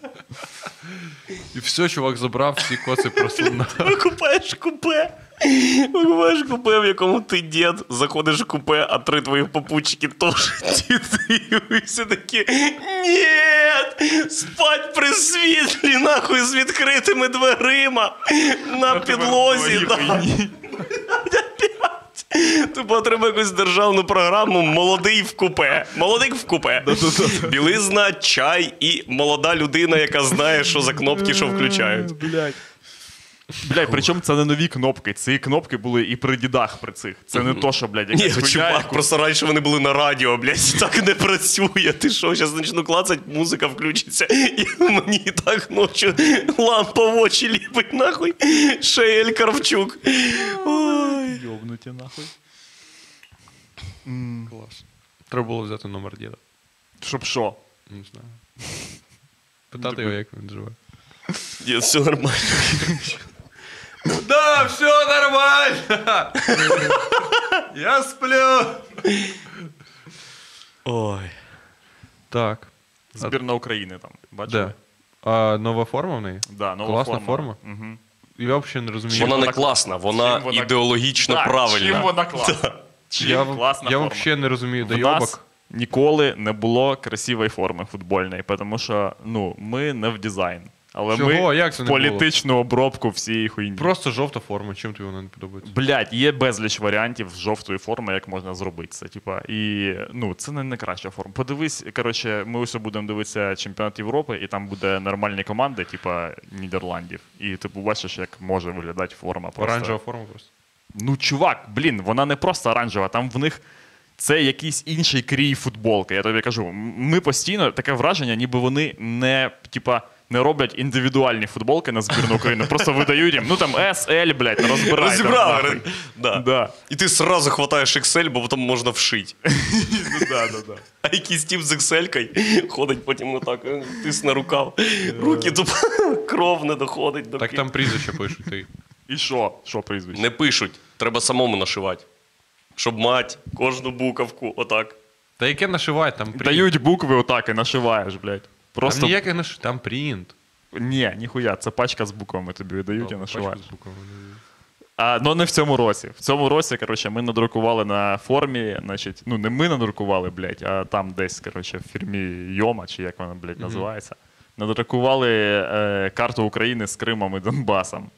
S1: І все, чувак забрав, всі коци просто на.
S3: Викупаєш купе. Викупаєш купе, в якому ти дід, заходиш в купе, а три твоїх попутчики теж діти. І всі такі. Ні! Спать при світлі, нахуй з відкритими дверима на підлозі.
S2: Твої
S3: да.
S2: хуйні.
S3: Тупо Типу, треба якусь державну програму Молодий в купе. Молодик в купе. Білизна, чай і молода людина, яка знає, що за кнопки, що включають.
S2: Е, Блядь. Блядь, причому це не нові кнопки. Ці кнопки були і при дідах при цих. Це не то, що, блядь,
S3: Ні,
S2: якась хуйня,
S3: чувак,
S2: яку-
S3: просто раніше вони були на радіо, блядь, так не працює. Ти що, зараз почну клацати, музика включиться, і мені і так ночі лампа в очі ліпить, нахуй. Шеєль Карвчук. Ой.
S2: Йобнуті нахуй.
S1: Клас. Треба було взяти номер діда.
S2: Щоб що?
S1: Не знаю. Питати його, як він живе.
S3: Ні, все нормально.
S1: Да, все нормально! Я сплю!
S3: Ой.
S1: Так.
S2: Збірна України там. Бачили?
S1: Де? А нова форма в неї?
S2: Да, нова
S1: Класна форма.
S2: Угу.
S1: Я взагалі не розумію.
S3: Вона не
S2: вона-
S3: класна, вона
S2: чим вона-
S3: ідеологічно правильна.
S2: Чим вона класна? Чим
S1: Я,
S2: класна
S1: я
S2: форма?
S1: взагалі не розумію
S2: В нас
S1: дойобок.
S2: ніколи не було красивої форми футбольної, тому що ну, ми не в дизайн. Але
S1: Чого?
S2: ми
S1: Як це не було?
S2: політичну обробку всієї хуйні.
S1: Просто жовта форма, чим тобі вона не подобається?
S2: Блять, є безліч варіантів з жовтої форми, як можна зробити це. Типа, і ну це не найкраща форма. Подивись, коротше, ми ось будемо дивитися чемпіонат Європи, і там буде нормальні команди, типа Нідерландів. І ти побачиш, як може виглядати форма. Просто.
S1: Оранжева форма просто.
S2: Ну, чувак, блін, вона не просто оранжева, там в них це якийсь інший крій футболки. Я тобі кажу, М- ми постійно таке враження, ніби вони не, типа. Не роблять індивідуальні футболки на збірну України, просто видають їм, ну там SL, блядь, розбирайте.
S3: Розібрали.
S2: нахуй.
S3: Да.
S2: Да.
S3: І ти сразу хватаєш Excel, бо потім можна вшити. А якийсь тип з Excel ходить потім отак, е, тисне рукав. Руки тупо кров не доходить до
S1: Так
S3: пі-
S1: там прізвище пишуть ти.
S2: І що? Що прізвище?
S3: Не пишуть, треба самому нашивати. Щоб мать кожну буковку отак.
S1: Та яке нашивають, там прінт.
S2: Дають букви отак і нашиваєш, блядь. Просто.
S1: Там ніяких наш... Там прінт.
S2: Ні, ніхуя, це пачка з буквами тобі дають і
S1: Бачиш,
S2: нашиваєш.
S1: з буквами не-
S2: А, ну не в цьому році. В цьому році, коротше, ми надрукували на формі, значить, ну не ми надрукували, блядь, а там десь, коротше, в фірмі Йома, чи як вона, блядь, називається. Надрукували е, карту України з Кримом і Донбасом.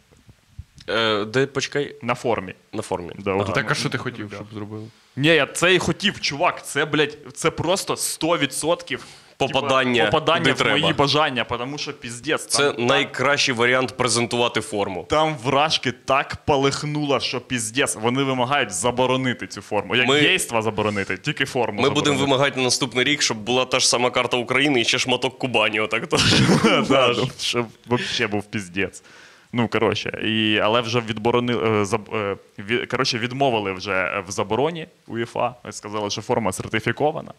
S3: Е, де почекай
S2: На формі.
S3: на формі.
S2: Да, от
S1: Так, а
S2: ми-
S1: що ти хотів, щоб зробили?
S2: Ні, я це і хотів, чувак. Це, блядь, це просто 100%
S3: Попадання,
S2: типа, попадання
S3: куди
S2: в мої
S3: треба.
S2: бажання, тому що піздець.
S3: Це
S2: там,
S3: найкращий варіант презентувати форму.
S2: там вражки так палихнуло, що піздець. Вони вимагають заборонити цю форму. Як
S3: Ми-
S2: дійства заборонити, тільки форму.
S3: Ми будемо
S2: заборонити.
S3: вимагати на наступний рік, щоб була та ж сама карта України і ще шматок Кубані. Отак теж.
S2: Да, ну, щоб вообще був піздець. Ну, коротше, і, але вже відборонили, е, коротше, відмовили вже в забороні УЄФА. Сказали, що форма сертифікована.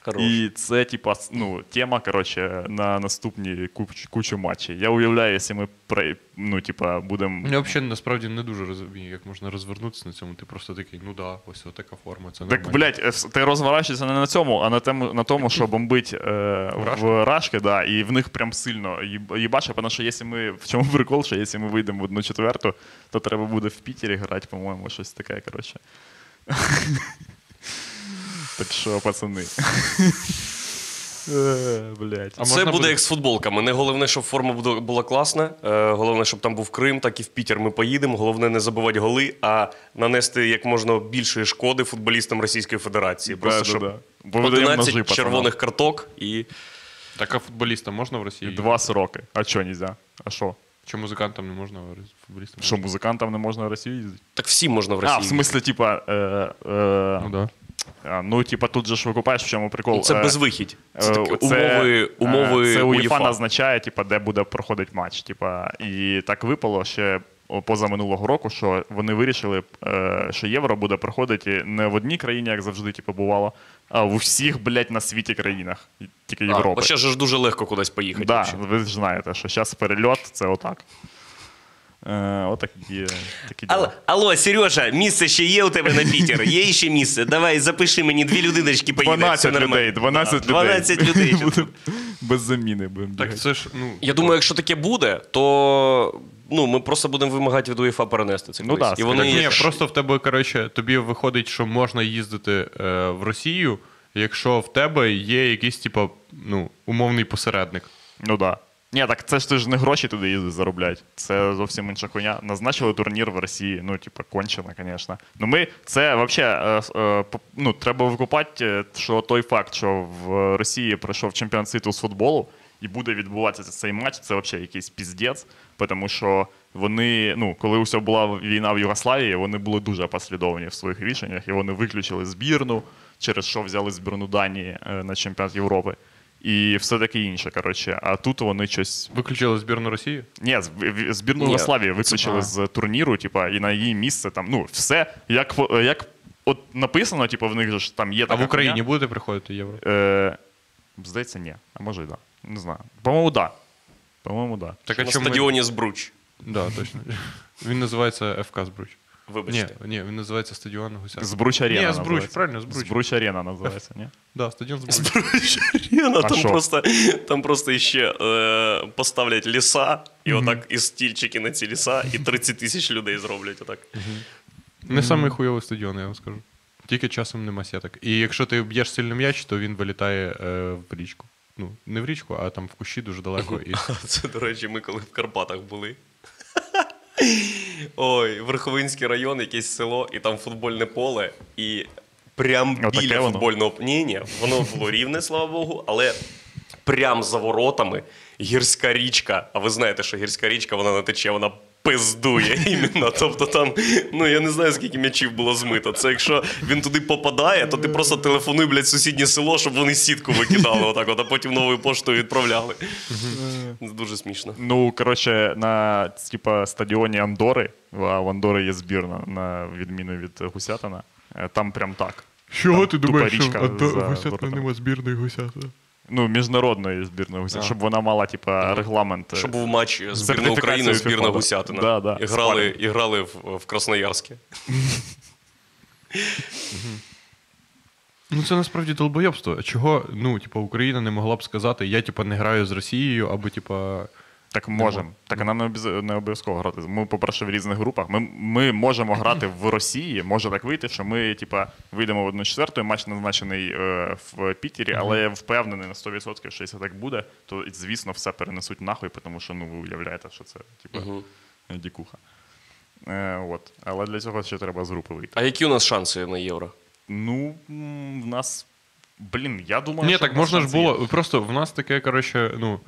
S3: Хорош.
S2: І це, типа, с- ну, тема, коротше, на наступні куч, кучу матчів. Я уявляю, якщо ми пре- ну, типа, будемо.
S1: Я взагалі насправді не дуже розумію, як можна розвернутися на цьому. Ти просто такий, ну да, ось така форма, це
S2: Так,
S1: нормально.
S2: блядь, е, с- ти розворачуєшся не на цьому, а на, тему, на тому, що бомбить е, в Рашки, да, і в них прям сильно їб- їбаше, тому що якщо ми в чому прикол, що якщо ми вийдемо в одну четверту, то треба буде в Пітері грати, по-моєму, щось таке, коротше. Так що, пацани. Е, Блядь.
S1: А
S3: Це
S1: можна
S3: буде,
S1: буде?
S3: як з футболками. Не головне, щоб форма буду- була класна. е, Головне, щоб там був Крим, так і в Пітер ми поїдемо. Головне не забивати голи, а нанести як можна більшої шкоди футболістам Російської Федерації. Просто щоб
S2: Бо
S3: 11
S2: ножі, пацанам.
S3: червоних карток і
S1: Так а футболіста можна в Росії?
S2: І два сроки. А чого нельзя? А що?
S1: Чи музикантам не можна, а футболістам?
S2: Що, музикантам не можна в Росію їздити?
S3: так всім можна в Росії.
S2: А, в смислі, типа. Е, е,
S1: Ну да.
S2: А, Ну, типа, тут же ж викупаєш, в чому прикол.
S3: Ну, Це
S2: Е,
S3: безвихідь. Це
S2: е,
S3: таке
S2: це,
S3: умови,
S2: е,
S3: умови
S2: це УЄФА
S3: УЄФА.
S2: назначає, типа, де буде проходити матч. Типа, і так випало ще позаминулого року, що вони вирішили, е, що євро буде проходити не в одній країні, як завжди, типу, бувало, а в усіх, блядь, на світі країнах, тільки
S3: А,
S2: Європи.
S3: бо ще ж дуже легко кудись поїхати.
S2: Да,
S3: вообще.
S2: ви ж знаєте, що зараз перельот це отак. Е, отакі, такі діла.
S4: Алло, алло, Сережа, місце ще є у тебе на Пітер? Є ще місце? Давай, запиши мені дві людиночки поїде.
S2: 12
S4: все
S2: людей,
S4: нормально.
S2: 12
S4: Да,
S2: людей.
S4: 12 людей.
S2: Будем- Без заміни будемо.
S1: Так це ж, ну,
S3: Я думаю, якщо таке буде, то ну, ми просто будемо вимагати від УЄФА перенести це.
S2: Ну
S3: колись.
S2: да,
S3: і
S1: так,
S3: вони
S1: ні,
S3: як-
S1: просто в тебе, коротше, тобі виходить, що можна їздити е, в Росію, якщо в тебе є якийсь, типа, ну, умовний посередник.
S2: Ну да. Ні, так це ж ти ж не гроші туди їздить заробляти. Це зовсім інша хуйня. Назначили турнір в Росії. Ну, типа, кончено, звісно. Ну ми це взагалі ну, треба викупати, е, що той факт, що в Росії пройшов чемпіон світу з футболу і буде відбуватися цей матч, це взагалі якийсь піздець, тому що Вони, ну, коли уся була війна в Югославії, вони були дуже послідовні в своїх рішеннях, і вони виключили збірну, через що взяли збірну Данії е, на чемпіонат Європи. І все таке інше, коротше. А тут вони щось
S1: Виключили збірну Росії?
S2: ні, з- в- в- збірну
S3: Ні,
S2: Югославії виключили з турніру, типа, і на її місце там, ну, все, як, во- як от написано, типа, в них же ж там є
S1: А
S2: така
S1: в Україні
S2: хуйня.
S1: будете приходити євро?
S2: Е, здається, ні. А може і да. Не знаю. По-моєму, да. По-моєму, да.
S1: Так, а
S3: На
S1: чому-
S3: стадіоні Збруч.
S1: Да, точно. Він називається ФК Збруч. Ні,
S3: Вибачте.
S1: ні, він називається стадіон Гуся.
S2: Збруч арена.
S1: Ні, Збруч,
S2: називається.
S1: правильно, Збруч.
S2: Збруч арена називається, ні?
S1: Да, стадіон Збруч.
S3: Збруч арена,
S2: А
S3: там
S2: що?
S3: просто, там просто ще е, поставлять ліса, і отак і стільчики на ці ліса, і 30 тисяч людей зроблять отак.
S1: Не самий хуйовий стадіон, я вам скажу. Тільки часом нема сіток. І якщо ти б'єш сильно м'яч, то він вилітає е, в річку. Ну, не в річку, а там в кущі дуже далеко. І...
S3: Це, до речі, ми коли в Карпатах були. Ой, Верховинський район, якесь село, і там футбольне поле, і прям
S2: Отаке
S3: біля
S2: воно?
S3: футбольного ні, ні, воно було рівне, слава Богу, але прям за воротами гірська річка. А ви знаєте, що гірська річка, вона не тече, вона пиздує іменно. Тобто там, ну я не знаю, скільки м'ячів було змито. Це якщо він туди попадає, то ти просто телефонуй, блядь, в сусіднє село, щоб вони сітку викидали отак, от, а потім новою поштою відправляли. Це дуже смішно.
S2: Ну, коротше, на типа, стадіоні Андори, а в Андори є збірна, на відміну від Гусятина. е, Там прям так.
S1: Чого
S2: Там ти тупа думаєш, що річка Антон- за Гусята
S1: Гусята
S2: воротами.
S1: нема
S2: нема
S1: збірної Гусята?
S2: Ну, міжнародної збірної Гусятина, щоб вона мала, типа, регламент. е,
S3: Щоб був матч збірна
S2: Сертифікацію
S3: України, збірна
S2: FIFA, да.
S3: Гусятина.
S2: Да, да.
S3: І грали,
S2: Спарринг.
S3: і грали в, в Красноярське.
S1: Ну це насправді долбойобство. А Чого, ну, типа, Україна не могла б сказати, я типа не граю з Росією, або типу, типа.
S2: Так можемо. Так а нам не обяз- не обов'язково грати. Ми, по-перше, в різних групах. Ми, ми можемо грати в Росії. Може так вийти, що ми, типа, вийдемо в 1 четверту, матч назначений е, в Пітері, але я впевнений на 100%, що якщо так буде, то звісно все перенесуть нахуй, тому що ну ви уявляєте, що це типа дікуха. Е, от. Але для цього ще треба з групи вийти.
S3: А які у нас шанси на євро?
S2: Ну, м, в нас. Блін, я думаю,
S1: Ні,
S2: що
S1: так
S2: в нас
S1: можна ж
S2: шанси
S1: було.
S2: є.
S1: Просто в нас таке, коротше, ну,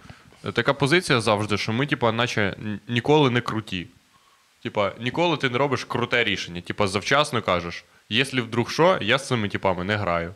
S1: така позиція завжди, що ми, типа, наче н- ніколи не круті. Типа, ніколи ти не робиш круте рішення. Типа, завчасно кажеш, якщо вдруг що, я з цими типами не граю.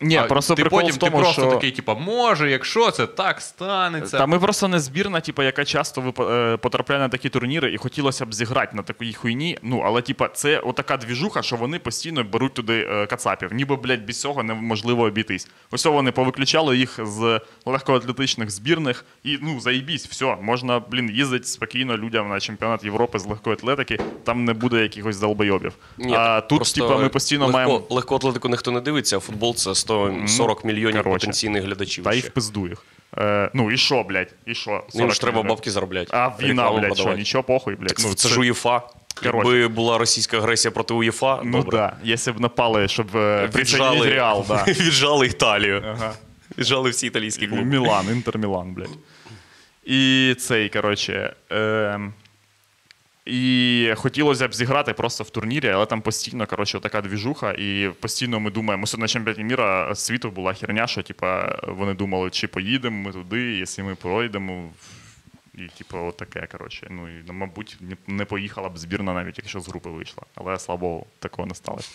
S2: Ні,
S1: А
S2: просто
S1: ти
S2: прикол
S1: потім
S2: в тому,
S1: ти просто
S2: що...
S1: такий, типа, може, якщо це так станеться.
S2: Та ми просто не збірна, типу, яка часто випа- е, потрапляє на такі турніри, і хотілося б зіграти на такій хуйні. Ну, але типа, це отака двіжуха, що вони постійно беруть туди е, кацапів. Ніби, блядь, без цього неможливо обійтись. Ось вони повиключали їх з легкоатлетичних збірних. І ну заїбісь, все, можна, блін, їздити спокійно людям на чемпіонат Європи з легкої атлетики, там не буде якихось долбойобів. А тут,
S3: просто
S2: типа, ми постійно
S3: легко,
S2: маємо.
S3: Легко атлетику ніхто не дивиться, а футбол це 140 мільйонів
S2: коротше.
S3: потенційних глядачів.
S2: Та
S3: ще.
S2: їх в пизду їх. Е, ну і що, блядь? І що?
S3: Ну, їм
S2: 40
S3: ж треба
S2: мільйонів.
S3: бабки заробляти.
S2: А війна,
S3: рекламу
S2: блядь, що,
S3: продавати.
S2: нічого похуй, блядь. Ну,
S3: Так, це ж УЄФА.
S2: коротше.
S3: Якби була російська агресія проти УЄФА,
S2: Ну
S3: добре.
S2: да, якщо б напали, щоб е, присоединить Реал, да.
S3: віджали Італію.
S2: Ага.
S3: Віджали всі італійські клуби.
S2: Типу, Мілан, Інтер Мілан, блядь. І цей, коротше. Е, і хотілося б зіграти просто в турнірі, але там постійно, коротше, така двіжуха, і постійно ми думаємо, ось на чемпіонаті міра світу була херня, що типа, вони думали, чи поїдемо ми туди, і якщо ми пройдемо. І, типу, от таке, коротше. Ну, і, мабуть, не- не поїхала б збірна навіть, якщо з групи вийшла. Але слава Богу, такого не сталося.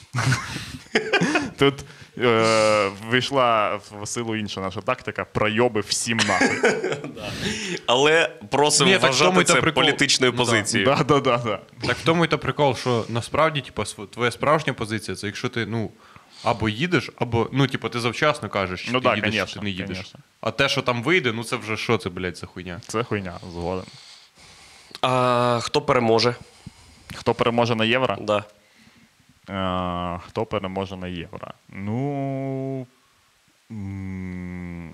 S2: Тут е, вийшла в силу інша наша тактика пройоби всім нахуй.
S3: Але просимо
S1: Ні, так в тому
S3: вважати
S1: й та
S3: це
S1: прикол.
S3: політичною
S1: Ну, да.
S3: позицією.
S2: Да, да, да, да.
S1: Так в тому і та прикол, що насправді, типа, св- твоя справжня позиція це якщо ти ну або їдеш, або ну, типа, ти завчасно кажеш, чи
S2: Ну
S1: ти
S2: да,
S1: їдеш, чи
S2: конечно,
S1: ти не їдеш.
S2: конечно.
S1: А те, що там вийде, ну це вже що це, блядь, за хуйня.
S2: Це хуйня, згоден.
S3: А хто переможе?
S2: Хто переможе на євро?
S3: Да.
S2: Е, хто переможе на євро? Ну. м,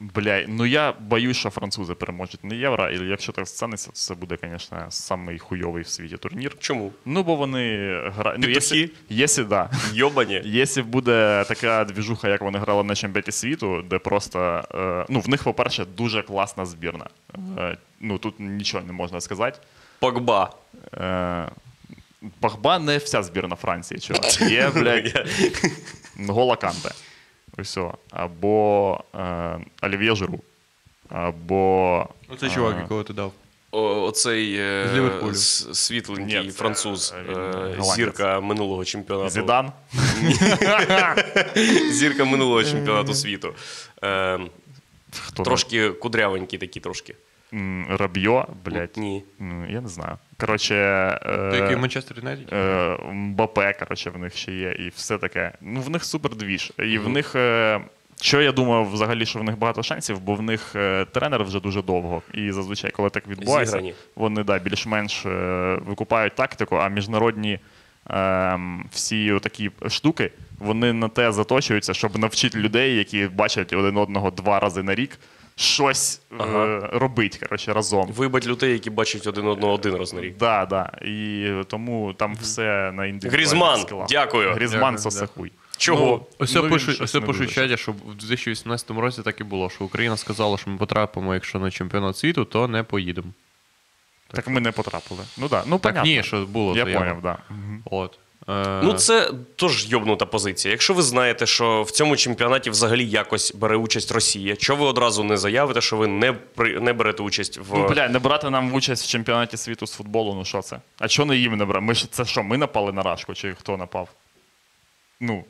S2: Бля, ну я боюсь, що французи переможуть на євро, і якщо так станеться, то це буде, звісно, самий хуйовий в світі турнір.
S3: Чому?
S2: Ну, бо вони грають. Ну, якщо,
S3: Петухи?
S2: якщо, да.
S3: Йобані.
S2: Якщо буде така двіжуха, як вони грали на чемпіонаті світу, де просто е, ну в них, по-перше, дуже класна збірна. Е, ну тут нічого не можна сказати.
S3: Погба.
S2: Е, Погба не вся збірна Франції, чувак. Є, блядь, Гола Канте. Усьо. Або е, Олів'є Жиру. Або.
S1: Оце
S2: е,
S1: Ну, чувак, якого ти дав.
S3: о- оцей е,
S1: З Ліверпулю.
S3: с- світленький
S2: Ні, це,
S3: француз,
S2: е,
S3: е,
S2: він, е, голландець.
S3: зірка минулого чемпіонату.
S2: Зідан.
S3: Зірка минулого чемпіонату світу. Е,
S2: Хто
S3: трошки кудрявенький такі трошки.
S2: М, Рабьо, блядь.
S3: Ні.
S2: Ну, я не знаю. Коротше,
S1: Той, який
S2: е,
S1: в Манчестер Юнайтед?
S2: е, Мбапе, коротше, в них ще є, і все таке. Ну, в них супер двіж. І в них. е, Що я думав взагалі, що в них багато шансів, бо в них е, тренер вже дуже довго. І зазвичай, коли так відбувається,
S3: Зіграні.
S2: вони да, більш-менш е, викупають тактику, а міжнародні е, всі такі штуки вони на те заточуються, щоб навчити людей, які бачать один одного два рази на рік, щось
S3: Ага.
S2: робити, коротше, разом.
S3: Вибать людей, які бачать один одного один раз на рік.
S2: Да, да. І тому там все на індивідуальних
S3: Грізман,
S2: скілах.
S3: дякую.
S2: Грізман
S1: Дякую,
S2: сосе
S1: дякую.
S2: хуй.
S3: Чого?
S1: Ось
S2: Ну,
S1: ну,
S2: він
S1: пишуть,
S2: щось
S1: ось
S2: не
S1: пишуть в
S2: вирішив.
S1: чаті, що в 2018 році так і було, що Україна сказала, що ми потрапимо, якщо на чемпіонат світу, то не поїдемо.
S2: Так ми не потрапили. Ну да. ну
S1: Так
S2: понятно.
S1: ні, що було.
S2: Я
S1: то
S2: поняв, да. Мгм.
S1: От. Е,
S3: Ну, це теж йобнута позиція. Якщо ви знаєте, що в цьому чемпіонаті взагалі якось бере участь Росія, чого ви одразу не заявите, що ви не, при... не берете участь в.
S2: Ну, бля, не брати нам участь в чемпіонаті світу з футболу, ну що це? А чого не їм не брати? Ми ж це що, ми напали на рашку, чи хто напав? Ну,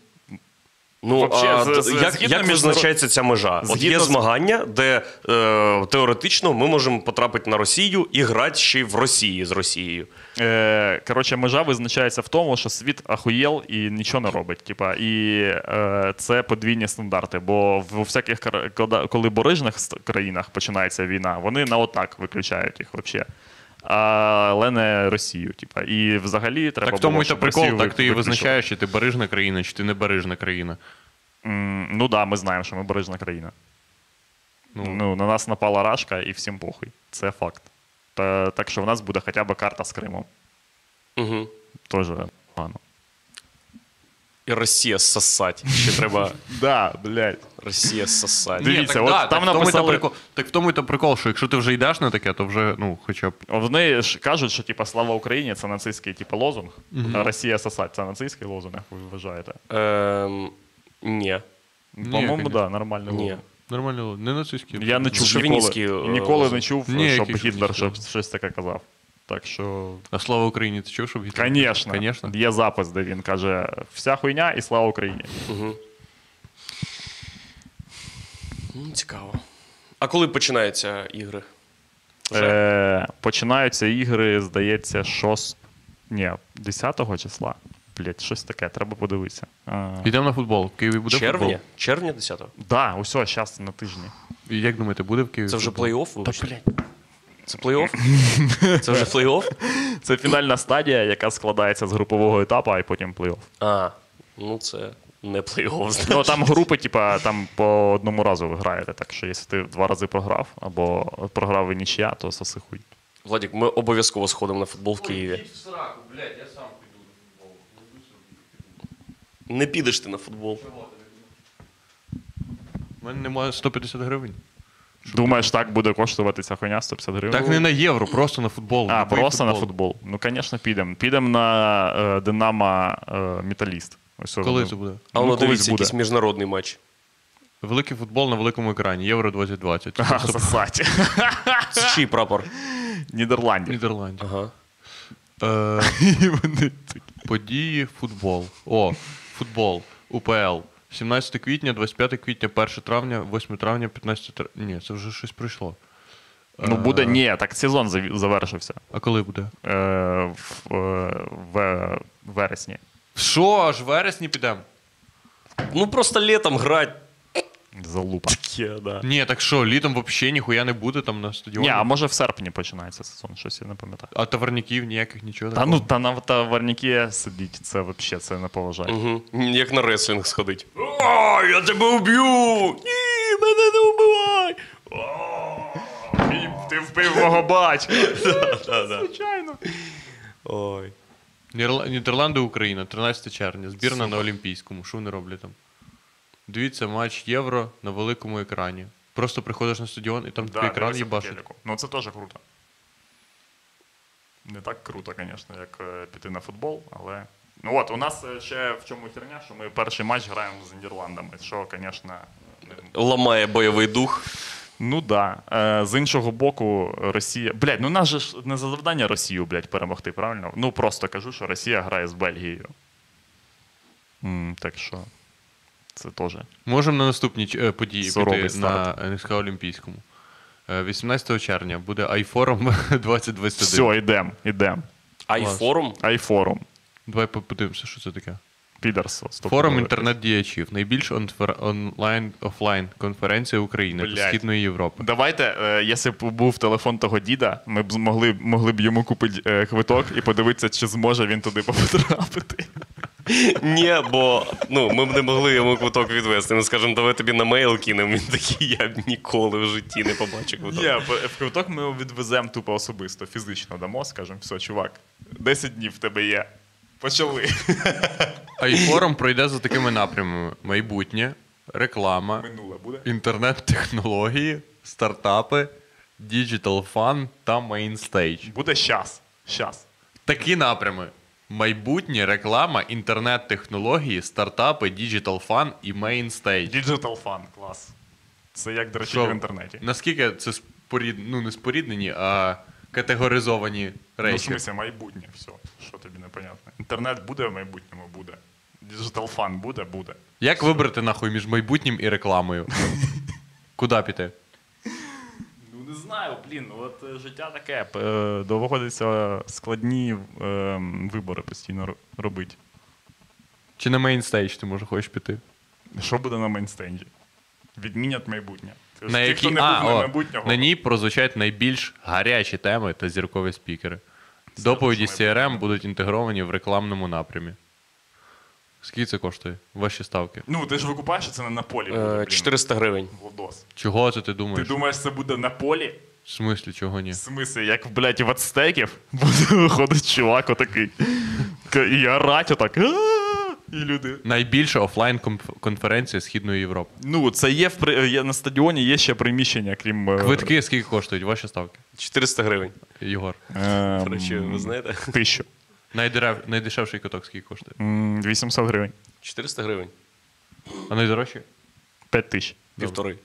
S3: Ну,
S2: Вообще,
S3: а,
S2: з-
S3: д-
S2: з-
S3: як,
S2: згідно
S3: як
S2: міжнарод-
S3: визначається ця межа? От є
S2: Згідно з-
S3: змагання, де е, теоретично ми можемо потрапити на Росію і грати ще й в Росії з Росією.
S2: Е, коротше, межа визначається в тому, що світ ахуєл і нічого не робить. Типа, і е, це подвійні стандарти. Бо в у всяких кра- кода- коли борижних ст- країнах починається війна, вони на отак виключають їх взагалі. Але не Росію, типа. І взагалі треба.
S1: так в тому
S2: було,
S1: і то
S2: щоб
S1: прикол,
S2: Росію
S1: так ти
S2: ви-
S1: і
S2: виключили.
S1: визначаєш, чи ти барижна країна, чи ти не барижна країна.
S2: М, ну так, да, ми знаємо, що ми борижна країна.
S1: Ну.
S2: Ну, на нас напала рашка і всім похуй. Це факт. Та, так що в нас буде хоча б карта з Кримом.
S3: Угу.
S2: Теж погано.
S3: І Росія сосать. Ще треба
S2: Да, блядь.
S3: Росія сосать.
S2: Ди- Дивіться, от там
S1: так, в тому і то
S2: написали-
S1: прикол, так в тому і то прикол, що якщо ти вже йдеш на таке, то вже, ну, хоча б.
S2: Вони ж кажуть, що типа слава Україні це нацистський типа лозунг, а Росія сосать це нацистський лозунг, як ви вважаєте.
S3: Ем, ні.
S2: По-моєму,
S1: конечно.
S2: да, нормально.
S3: Ні.
S1: Нормально, не нацистський.
S2: Я не чув
S3: шовіністський, е,
S2: ніколи, ніколи не
S3: лозунг.
S2: чув,
S1: Ні,
S2: щоб
S1: який
S2: Гітлер
S1: шовіністський?
S2: щось, щось таке казав. Так що,
S1: А слава Україні, ти чув, щоб Гітлер?
S2: звісно,
S1: Конечно.
S2: є запис, де він каже: вся хуйня і слава Україні.
S3: Ну, цікаво. А коли починаються ігри? Вже?
S2: Е, починаються ігри, здається, 6... Ні, 10 числа. Блять, щось таке, треба подивитися. А,
S1: Йдемо на футбол. В Києві буде
S3: Червня?
S1: футбол.
S3: Червня 10-го?
S2: да, усе, зараз на тижні.
S1: І Як думаєте, буде в Києві?
S3: Це вже
S1: футбол?
S3: плей-офф? вибачте? Це плей-офф? Це вже плей-офф?
S2: Це фінальна стадія, яка складається з групового етапу, а й потім плей-офф.
S3: А, ну це не плей-офф.
S2: Ну там групи, типа, там по одному разу ви граєте. Так що якщо ти два рази програв або програв і нічия, то соси хуй.
S3: Владік, ми обов'язково сходимо на футбол в Києві. Не підеш ти на футбол.
S1: У мене немає 150 гривень.
S2: Думаєш, так буде коштувати ця хуйня 150 гривень?
S1: Так не на євро, просто на футбол.
S2: а,
S1: Любий
S2: просто на футбол. Ну, звісно, підемо. Підемо на е, Динамо е, Металіст. Ось
S1: Коли
S2: вони-
S1: це буде?
S3: А воно
S2: Ну, колись
S3: дивіться,
S2: буде.
S3: якийсь міжнародний матч.
S1: Великий футбол на великому екрані, Євро 2020.
S2: Ха, Сосать.
S3: Це чий прапор?
S2: Нідерландів.
S1: Нідерландів.
S3: Ага.
S1: Е, Події, футбол. О, футбол, УПЛ. 17 квітня, 25 квітня, 1 травня, 8 травня, 15 травня. Ні, це вже щось пройшло.
S2: Ну буде ні, так сезон зав- завершився
S1: А коли буде?
S2: е, в, е, в вересні.
S1: Що, аж в вересні підемо?
S3: Ну просто літом грати.
S2: Залупа.
S3: Таке, да.
S1: Ні, так що, літом взагалі ніхуя не буде там на стадіоні.
S2: Ні, а може в серпні починається сезон, щось я не пам'ятаю.
S1: А товарників ніяких нічого
S2: Та
S1: такого?
S2: ну та на товарніки сидіть, це взагалі це не поважає.
S3: Угу. Як на реслінг сходить. О, я тебе вб'ю! Ні, мене не вбивай!
S2: Мій, ти вбив мого батька.
S3: Звичайно. Ой.
S1: Нірла- Нідерланди, Україна, 13 червня. Збірна на Олімпійському. Що вони роблять там? Дивіться матч Євро на великому екрані. Просто приходиш на стадіон і там такий екран їбашить.
S2: Ну це теж круто. Не так круто, звісно, як е, піти на футбол, але. Ну от, у нас е, ще в чому херня, що ми перший матч граємо з Нідерландами, що, звісно, не-
S3: Ламає бойовий дух.
S2: Ну да. Е, з іншого боку, Росія. Блять, ну нас же ж не за завдання Росію, блядь, перемогти, правильно? Ну просто кажу, що Росія грає з Бельгією. М, так що це теж.
S1: Можемо на наступні ч- е, події
S2: Суровий
S1: піти
S2: старт.
S1: на НСК Олімпійському. Е, 18 червня буде iForum 2021.
S2: Все, йдем, йдем.
S3: Айфорум.
S2: Айфорум.
S1: Давай по- подивимося, що це таке.
S2: Підерсо.
S1: Форум інтернет-діячів. Найбільш онфер- онлайн офлайн конференція України та
S2: Блядь.
S1: Східної Європи.
S2: Давайте, е, якщо б був телефон того діда, ми б змогли могли б йому купити е, квиток і подивитися, чи зможе він туди потрапити.
S3: Ні, бо ну, ми б не могли йому квиток відвести. Ми скажемо, давай тобі на мейл кинемо. Він такий, я б ніколи в житті не побачу квиток.
S2: Ні, бо в квиток ми його відвеземо тупо особисто, фізично дамо, скажемо, все, чувак, 10 днів в тебе є. Почали.
S1: iForum пройде за такими напрямами: майбутнє, реклама,
S2: Минуле буде.
S1: інтернет-технології, стартапи, діджитал фан та мейнстейдж.
S2: Буде щас. Щас.
S1: Такі напрями: майбутнє, реклама, інтернет-технології, стартапи, діджитал фан і мейнстейдж.
S2: Digital fun, клас. Це як, до речі,
S1: Що,
S2: в інтернеті.
S1: Наскільки це спорід... ну, не споріднені, а категоризовані
S2: Ну, в
S1: речі.
S2: смысле, майбутнє, все. Що тобі непонятно. Інтернет буде в майбутньому, буде. Digital fun буде, буде.
S1: Як вибрати нахуй між майбутнім і рекламою? Куди піти?
S2: Ну не знаю, блін, ну, от е, життя таке. п- е, Доводиться складні е, м, вибори постійно ро- робити.
S1: Чи на мейнстейдж ти може хочеш піти?
S2: Що буде на мейнстенді? Відмінять майбутнє. Це ж
S1: на
S2: ті,
S1: які...
S2: хто не
S1: а,
S2: був на
S1: о,
S2: майбутнього.
S1: на ній прозвучать найбільш гарячі теми та зіркові спікери. Доповіді з CRM будуть інтегровані в рекламному напрямі. Скільки це коштує? Ваші ставки.
S2: Ну, ти ж викупаєш, що це не на полі буде,
S3: Е,
S2: блін.
S3: 400 гривень.
S2: Владос.
S1: Чого це ти
S2: Ти
S1: думаєш?
S2: думаєш, це буде на полі?
S1: В смислі, чого ні?
S2: В смислі, як, блядь, в ацтеків буде виходить чувак отакий. К- І орать отак. «А-а-а!» І люди.
S1: Найбільша офлайн комф- конференція Східної Європи.
S2: Ну, це є в при- є на стадіоні, є ще приміщення, крім. е,
S1: Квитки скільки коштують? Ваші ставки?
S3: 400 гривень.
S1: Єгор.
S2: ем,
S3: До речі, ви знаєте?
S2: Тисячу.
S1: Найдерев... Найдешевший каток скільки коштує?
S2: М, 800 гривень.
S3: 400 гривень.
S1: А найдорожчий?
S2: 5 тисяч.
S3: Півтори.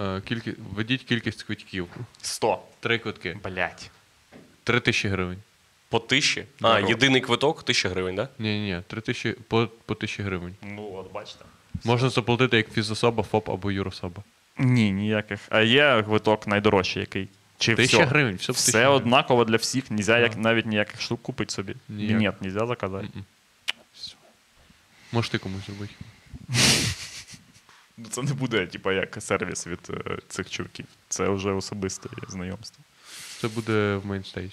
S1: Е, кількі... Введіть кількість квитків.
S2: 100.
S1: Три квитки.
S2: Блять.
S1: Три тисячі гривень.
S3: По тисячі? А,
S2: Здорово.
S3: єдиний квиток 1000 гривень, так?
S1: Ні, ні, ні, три тисячі по, по тисячі гривень.
S2: Ну, от бачите.
S1: Можна заплатити як фізособа, ФОП або юрособа.
S2: Ні, ніяких. А є квиток найдорожчий який. Чи
S1: Тисяча
S2: всьо?
S1: гривень, всьо в
S2: все
S1: тисячу гривень.
S2: однаково для всіх. Нельзя як, навіть ніяких штук купити собі.
S1: Ніяк.
S2: Ні, нельзя заказати.
S1: Можеш ти комусь зробити.
S2: Ну, Це не буде, типа, як сервіс від е, цих чуваків. Це вже особисте знайомство.
S1: Це буде в мейнстейдж.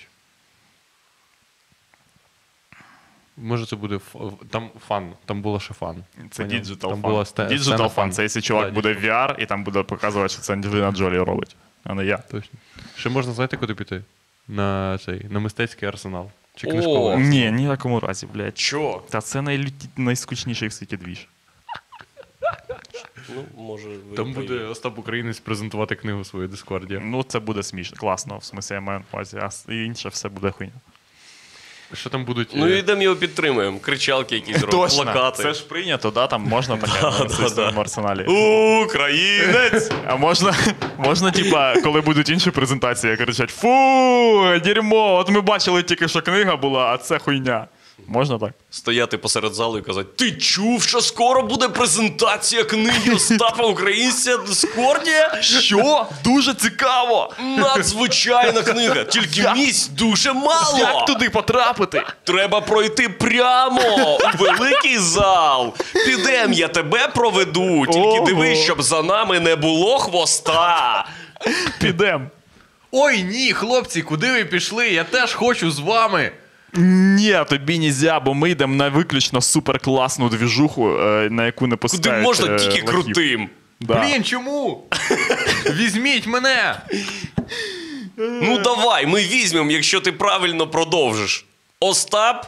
S1: Може, це буде ф- в- там фан, там була ще фан.
S2: Це
S1: Поняв?
S2: digital
S1: Там
S2: фан.
S1: була сте- сцена
S2: Digital фан. Це якщо чувак
S1: Да,
S2: буде
S1: digital.
S2: в VR і там буде показувати, що це Анджеліна Джолі робить, а не я.
S1: Точно. Ще можна знаєте, куди піти? На цей на мистецький арсенал. Чи
S3: О!
S1: книжковий.
S2: Ні, ні в якому разі, блядь.
S3: Чо?
S2: Та це найлюті... найскучніший в світі двіж.
S3: Ну, може, ви
S1: Там буде
S3: поїдете.
S1: Остап Українець презентувати книгу свою Дискордія.
S2: Ну, це буде смішно. Класно, в смислі, я маю на увазі, а с- інше все буде хуйня.
S1: Що там будуть.
S3: Ну,
S1: е,
S3: йдемо його підтримуємо. Кричалки якісь зробимо, плакати.
S2: Це ж прийнято, да? Там можна таке в нацистському арсеналі.
S3: Українець!
S2: А можна, можна, типа, коли будуть інші презентації, кричать: Фу, дерьмо! От ми бачили тільки, що книга була, а це хуйня. Можна так?
S3: Стояти посеред залу і казати: Ти чув, що скоро буде презентація книги Остапа Українця Дискордія?
S2: Що? Дуже цікаво!
S3: Надзвичайна книга, тільки місць дуже мало.
S2: Як туди потрапити?
S3: Треба пройти прямо у великий зал. Підем, я тебе проведу. Тільки
S2: Ого.
S3: дивись, щоб за нами не було хвоста.
S2: Підем.
S1: Ой ні, хлопці, куди ви пішли? Я теж хочу з вами.
S2: Ні, тобі нізя, бо ми йдемо на виключно суперкласну двіжуху, е, на яку не
S3: Куди
S2: пускають
S3: можна
S2: е,
S3: тільки
S2: лохів.
S3: крутим.
S2: Да.
S1: Блін, чому? Візьміть мене!
S3: Ну давай, ми візьмемо, якщо ти правильно продовжиш. Остап.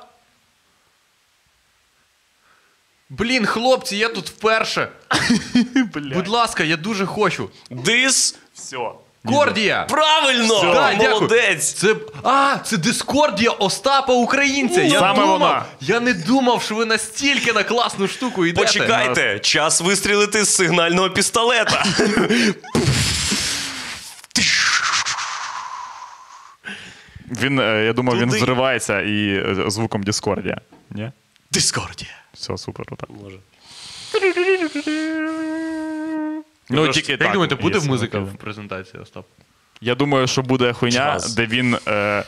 S1: Блін, хлопці, я тут вперше.
S2: Блядь.
S1: Будь ласка, я дуже хочу.
S3: Дис
S2: Все.
S1: Дискордія!
S3: Правильно!
S2: Все.
S1: Да, дякую.
S3: молодець!
S1: Це а, це дискордія Остапа Українця. Я
S2: Саме
S1: думав,
S2: вона.
S1: я не думав, що ви настільки на класну штуку йдете.
S3: Почекайте, час вистрілити з сигнального пістолета.
S2: Він, е, я думав, він
S3: Туди.
S2: зривається і е, звуком Діскордія. Ні?
S3: Дискордія.
S2: Все, супер. отак.
S3: Може.
S2: Ну,
S1: Просто-
S2: тільки
S1: Як
S2: так,
S1: думаєте, буде
S2: якщо
S1: музика
S2: накидати.
S1: в презентації, Остап?
S2: Я думаю, що буде хуйня,
S3: Час.
S2: де він. Е,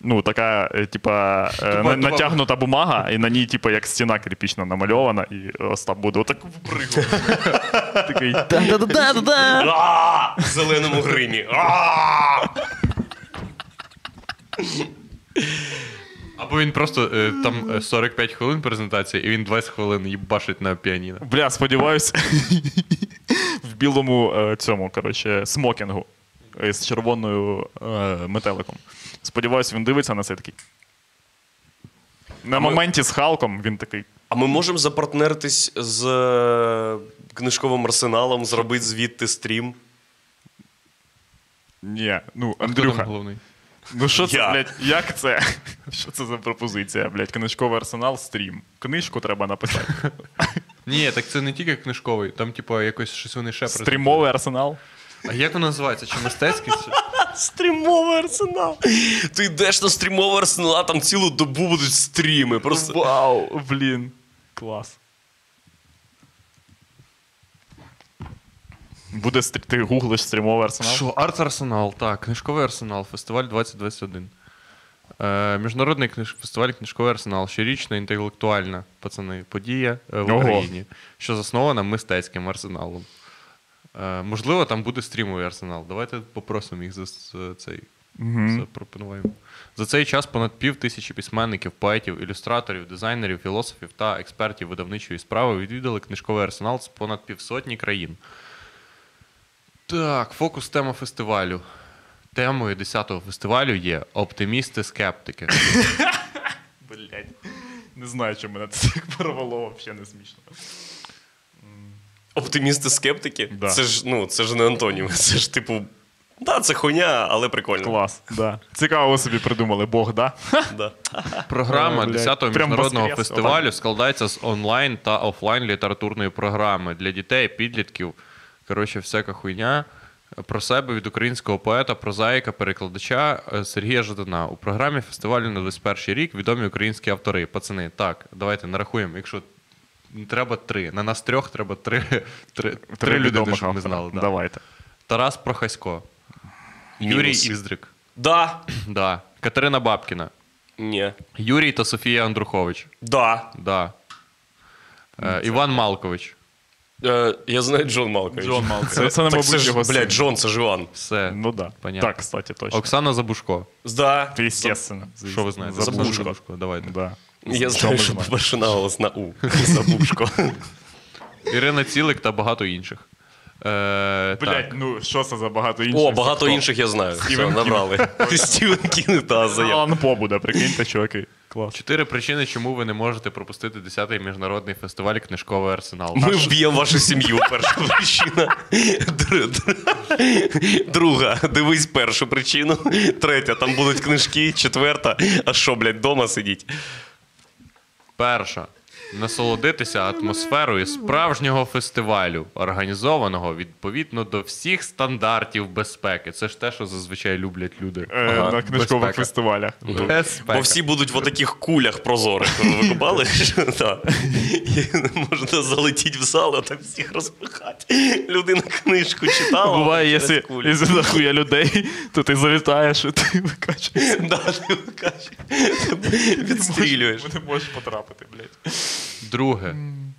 S2: ну, така, е, типа, е, на-
S1: тупа.
S2: натягнута бумага, і на ній, типа, як стіна кирпічна намальована, і Остап буде отак впригувати. Такий.
S3: А, в зеленому гримі. А!
S1: Або він просто е, там е, 45 хвилин презентації, і він 20 хвилин їбашить на піаніно.
S2: Бля, сподіваюся, в білому е, цьому, коротше, смокінгу е, з червоною е, метеликом. Сподіваюся, він дивиться на це і такий. На моменті з Халком він такий.
S3: А ми можемо запартнеритись з е, книжковим арсеналом, зробити звідти стрім.
S2: Ні, ну,
S1: Хто там
S2: Андрюха.
S1: головний?
S2: Ну що це,
S3: Я.
S2: блядь, як це? Що це за пропозиція, блядь? Книжковий арсенал стрім. Книжку треба написати.
S1: Ні, так це не тільки книжковий, там, типу, якось щось вони ще презентують.
S2: Стрімовий арсенал.
S1: А як воно називається? Чи мистецький? Чи...
S3: Стрімовий арсенал. Ти йдеш на стрімовий арсенал, а там цілу добу будуть стріми. Просто
S2: Вау, блін. Клас. Буде стрі- ти гуглиш стрімовий арсенал?
S1: Що, арт-арсенал, так, книжковий арсенал, фестиваль 2021. Е, міжнародний книж... фестиваль книжковий арсенал. Щорічна інтелектуальна пацани, подія е, в
S2: Ого.
S1: Україні, що заснована мистецьким арсеналом. Е, можливо, там буде стрімовий арсенал. Давайте попросимо їх за, с- за цей. Запропонуємо. За цей час понад пів тисячі письменників, поетів, ілюстраторів, дизайнерів, філософів та експертів видавничої справи відвідали книжковий арсенал з понад півсотні країн. Так, фокус тема фестивалю. Темою 10-го фестивалю є оптимісти-скептики.
S2: Блять. Не знаю, що мене це так порвало, взагалі не смішно.
S3: оптимісти-скептики.
S2: Да.
S3: Це ж ну, це ж не антонім. Це ж типу. Да, це хуйня, але прикольно.
S2: Клас, да. Цікаво ви собі придумали, Бог, да?
S3: Да.
S1: Програма
S2: Ой, Е, блядь,
S1: 10-го
S2: прям
S1: міжнародного
S2: воскрес,
S1: фестивалю складається з онлайн та офлайн літературної програми для дітей, підлітків. Коротше, всяка хуйня. Про себе від українського поета, прозаїка, перекладача е, Сергія Жадана. У програмі фестивалю на 21 рік відомі українські автори. Пацани, так, давайте нарахуємо. Якщо треба три. На нас трьох треба три, три, три людини,
S2: відомих
S1: щоб ми
S2: автора.
S1: знали. Да.
S2: Давайте.
S1: Тарас Прохасько, Юрій
S3: Мінус.
S1: Іздрик,
S3: Да.
S1: да. Катерина Бабкіна,
S3: Ні.
S1: Юрій та Софія Андрухович.
S3: Да.
S1: Да.
S2: Ну,
S1: Е, Іван Малкович.
S3: Е, я знаю Джон Малкович.
S2: Джон Малкович. Це- це не,
S3: так
S2: мабуть,
S3: це ж,
S2: його син.
S3: блядь, Джон, це ж Іван.
S1: Все.
S2: Ну да.
S1: Понятно.
S2: Так, кстати, точно.
S1: Оксана Забушко.
S3: Да.
S2: Це Естественно.
S1: Що ви знаєте?
S2: Забушка.
S1: Оксана Забушко. Давайте.
S2: Да. Що
S3: Я знаю,
S2: ми
S3: що
S2: знаємо?
S3: перший наголос на У. Забушко.
S1: Ірина Цілик та багато інших. Е,
S2: Блять,
S1: так.
S2: ну що це за багато інших?
S3: О, багато
S2: Хто?
S3: інших я знаю.
S2: Стівен
S3: Все,
S2: Кінг.
S3: набрали. Стівен Кінг, та заявка.
S2: Алан По буде, ну, прикиньте, чуваки. Клас.
S1: Чотири причини, чому ви не можете пропустити 10-й міжнародний фестиваль книжковий арсенал.
S3: Ми вб'ємо вашу сім'ю. Перша причина. Др- др- Друга. Дивись першу причину. Третя. Там будуть книжки. Четверта. А що, блядь, дома сидіть?
S1: Перша. Насолодитися атмосферою справжнього фестивалю, організованого відповідно до всіх стандартів безпеки. Це ж те, що зазвичай люблять люди.
S2: Е,
S1: Ага,
S2: на книжкових
S1: безпека.
S2: фестивалях.
S1: Безпека.
S3: Бо всі будуть в отаких кулях прозорих. Ви купали? Так. І Можна залетіти в зал, а там всіх розпихати. Людина книжку читала.
S2: Буває,
S3: через
S2: якщо
S3: кулі.
S2: якщо нахуя людей, то ти залітаєш і ти викачуєш.
S3: Да, ти кажеш, відстрілюєш.
S2: Не можеш потрапити, блядь.
S1: Друге.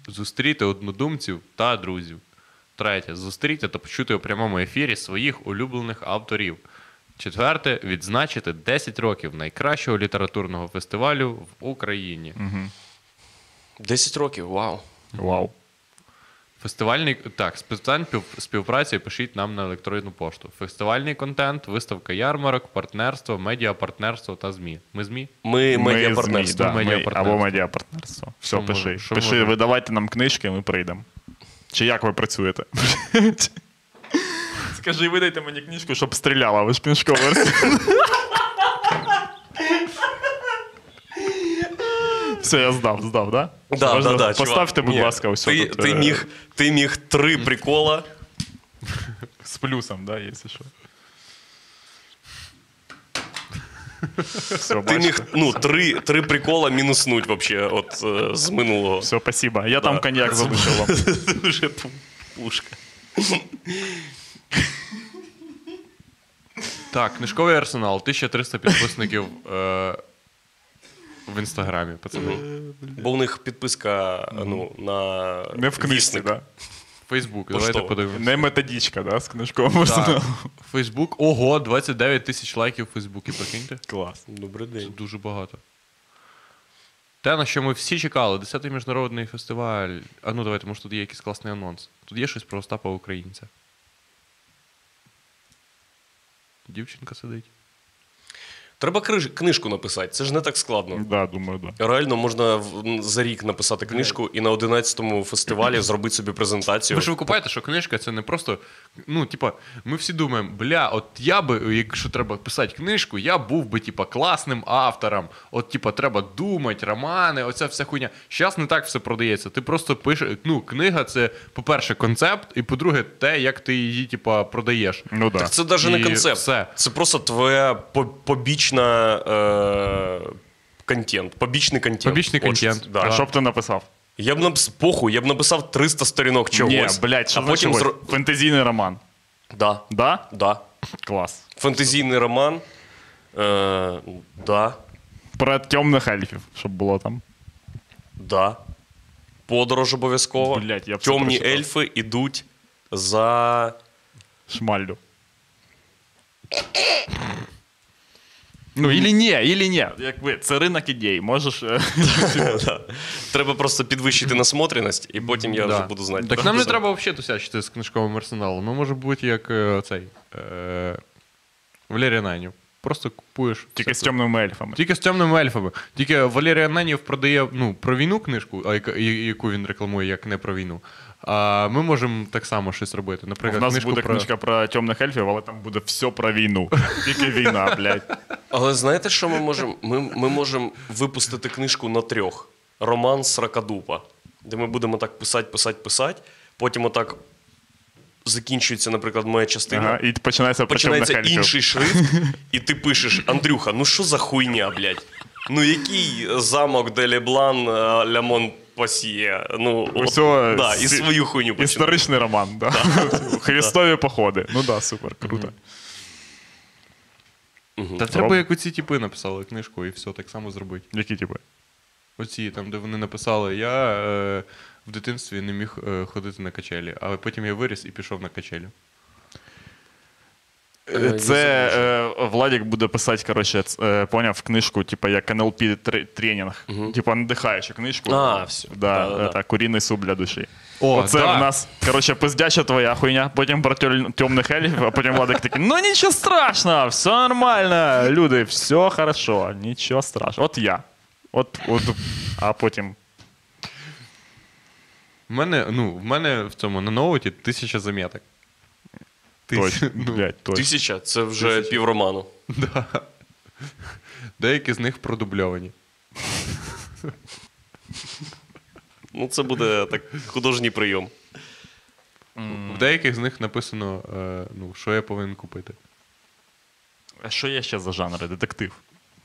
S1: Зустріти однодумців та друзів. Третє. Зустріти та почути у прямому ефірі своїх улюблених авторів. Четверте. Відзначити 10 років найкращого літературного фестивалю в Україні.
S3: 10 років, вау.
S2: Вау.
S1: Фестивальний так, з питань пів- співпраці пишіть нам на електронну пошту. Фестивальний контент, виставка ярмарок, партнерство, медіапартнерство та ЗМІ. Ми ЗМІ?
S3: Ми
S2: Ми
S3: медіапартнерство.
S2: партнерство.
S1: да. Медіапартнерство.
S2: Або медіапартнерство.
S1: Що
S2: Все, пиши.
S1: може- що
S2: пиши,
S1: може?
S2: видавайте нам книжки, ми прийдемо. Чи як ви працюєте? Скажи, видайте мені книжку, щоб стріляла, ви ж книжкова версія. Все, я здав, здав, да?
S3: Да,
S2: Можна?
S3: да, да,
S2: Поставте,
S3: чувак.
S2: будь
S3: Ні,
S2: ласка, ось
S3: ти,
S2: тут,
S3: ти,
S2: е,
S3: міг, ти міг три прикола.
S2: З плюсом, да, якщо що. Все,
S3: Ти
S2: бачите?
S3: міг ну, три, три прикола мінуснуть вообще, от е, з минулого.
S2: Все, спасибо. Я там
S3: Да.
S2: коньяк залишив вам.
S3: Дуже пу- пушка.
S1: Так, книжковий арсенал, 1300 підписників е, в інстаграмі, пацани.
S3: Бо у них підписка ну, на
S2: Не в книжці,
S3: вісник.
S2: да?
S1: Фейсбук,
S3: Поштово.
S1: давайте подивимося.
S2: Не методичка, да, з книжком можна.
S1: Так. Фейсбук, ого, 29 тисяч лайків у Фейсбуці, прикиньте.
S2: Клас.
S3: Добрий
S1: Це
S3: день.
S1: дуже багато. Те, на що ми всі чекали, 10-й міжнародний фестиваль. А ну давайте, може тут є якийсь класний анонс. Тут є щось про Остапа Українця. Дівчинка сидить.
S3: Треба криж- книжку написати, це ж не так складно.
S2: Да, думаю, да.
S3: Реально можна в- м, за рік написати книжку і на 11-му фестивалі зробити собі презентацію.
S1: Ви ж викупаєте, що книжка це не просто. Ну, типа, ми всі думаємо, бля, от я би, якщо треба писати книжку, я був би, типа, класним автором. От, типа, треба думати, романи, оця вся хуйня. Зараз не так все продається. Ти просто пишеш. Ну, книга це, по-перше, концепт, і по-друге, те, як ти її, типа, продаєш.
S2: Ну да.
S3: Так це навіть не
S1: І
S3: концепт.
S1: все.
S3: Це просто твоя по- побічна е- контент. Побічний контент.
S1: Побічний
S3: От що
S1: контент.
S3: це,
S2: А
S3: Да.
S2: що б ти написав?
S3: Я б напис... похуй, я б написав 300 сторінок чогось.
S2: Ні, блядь, що
S3: а потім
S2: значить
S3: зро...
S2: ось? фентезійний роман.
S3: да,
S2: Да?
S3: да.
S2: Клас.
S3: Фантазійний роман. Е- да,
S2: Про темних ельфів, щоб було там.
S3: да. Подорож обов'язково.
S2: Блядь, я б це
S3: Темні
S2: прочитав.
S3: ельфи ідуть за.
S2: Шмальду. Ну, ілі ні, ілі ні. Якби це ринок ідей. Можеш. е,
S3: Треба просто підвищити насмотреність, і потім я
S1: Да.
S3: вже буду знати.
S1: Так
S3: куди
S1: нам не
S3: писати.
S1: треба взагалі тусячити з книжковим арсеналом. Ми може бути як е, цей. Е, Валерій Найнів. Просто купуєш.
S2: Тільки
S1: все
S2: з
S1: це.
S2: темними ельфами.
S1: Тільки з темними ельфами. Тільки Валерій Ананів продає ну, про війну книжку, а яка- і- яку він рекламує як не про війну. А ми можемо так само щось робити.
S2: У
S1: Наприклад,
S2: нас
S1: книжку
S2: буде
S1: про...
S2: книжка про темних ельфів, але там буде все про війну. Тільки війна, блядь.
S3: Але знаєте, що ми можемо? Ми, ми можемо випустити книжку на трьох: Роман Сракадупа, де ми будемо так писати, писати, писати. Потім отак закінчується, наприклад, моя частина.
S2: Ага, і починається про темних
S3: Починається
S2: ельфів.
S3: інший шрифт, і ти пишеш: Андрюха, ну що за хуйня, блядь? Ну який замок Делеблан Лямон Пасьє? Ну, от,
S2: Усього
S3: да,
S2: сі-
S3: і свою хуйню починає.
S2: Історичний роман, да. Христові походи. Ну да, супер, круто.
S1: Та треба, як оці тіпи написали книжку, і все так само зробити.
S2: Які типи?
S1: Оці там, де вони написали, я е, в дитинстві не міг е, ходити на качелі, але потім я виріс і пішов на качелі.
S3: Е,
S2: Це е, Владик буде писати, коротше, ц- е, поняв книжку, типа як NLP тре- тренінг, типа надихаючу книжку.
S3: А, всё.
S2: Да,
S3: Да-да-да.
S2: это, куриний суп для душі.
S1: О,
S2: Оце
S1: да.
S2: в нас, коротше, пиздяча твоя хуйня, потім про тьоль- темних ельфів, а потім Владик такий, ну нічого страшного, все нормально, люди, все хорошо, нічого страшного. От я. От, от, а потім.
S1: В мене, ну, в мене в цьому на ноуті тисяча заміток.
S2: Точно, блядь, точно.
S3: Тисяча це вже півроману.
S1: Деякі з них продубльовані.
S3: Ну, це буде так художній прийом.
S1: В деяких з них написано, е, ну, що я повинен купити.
S2: А що є ще за жанри? Детектив.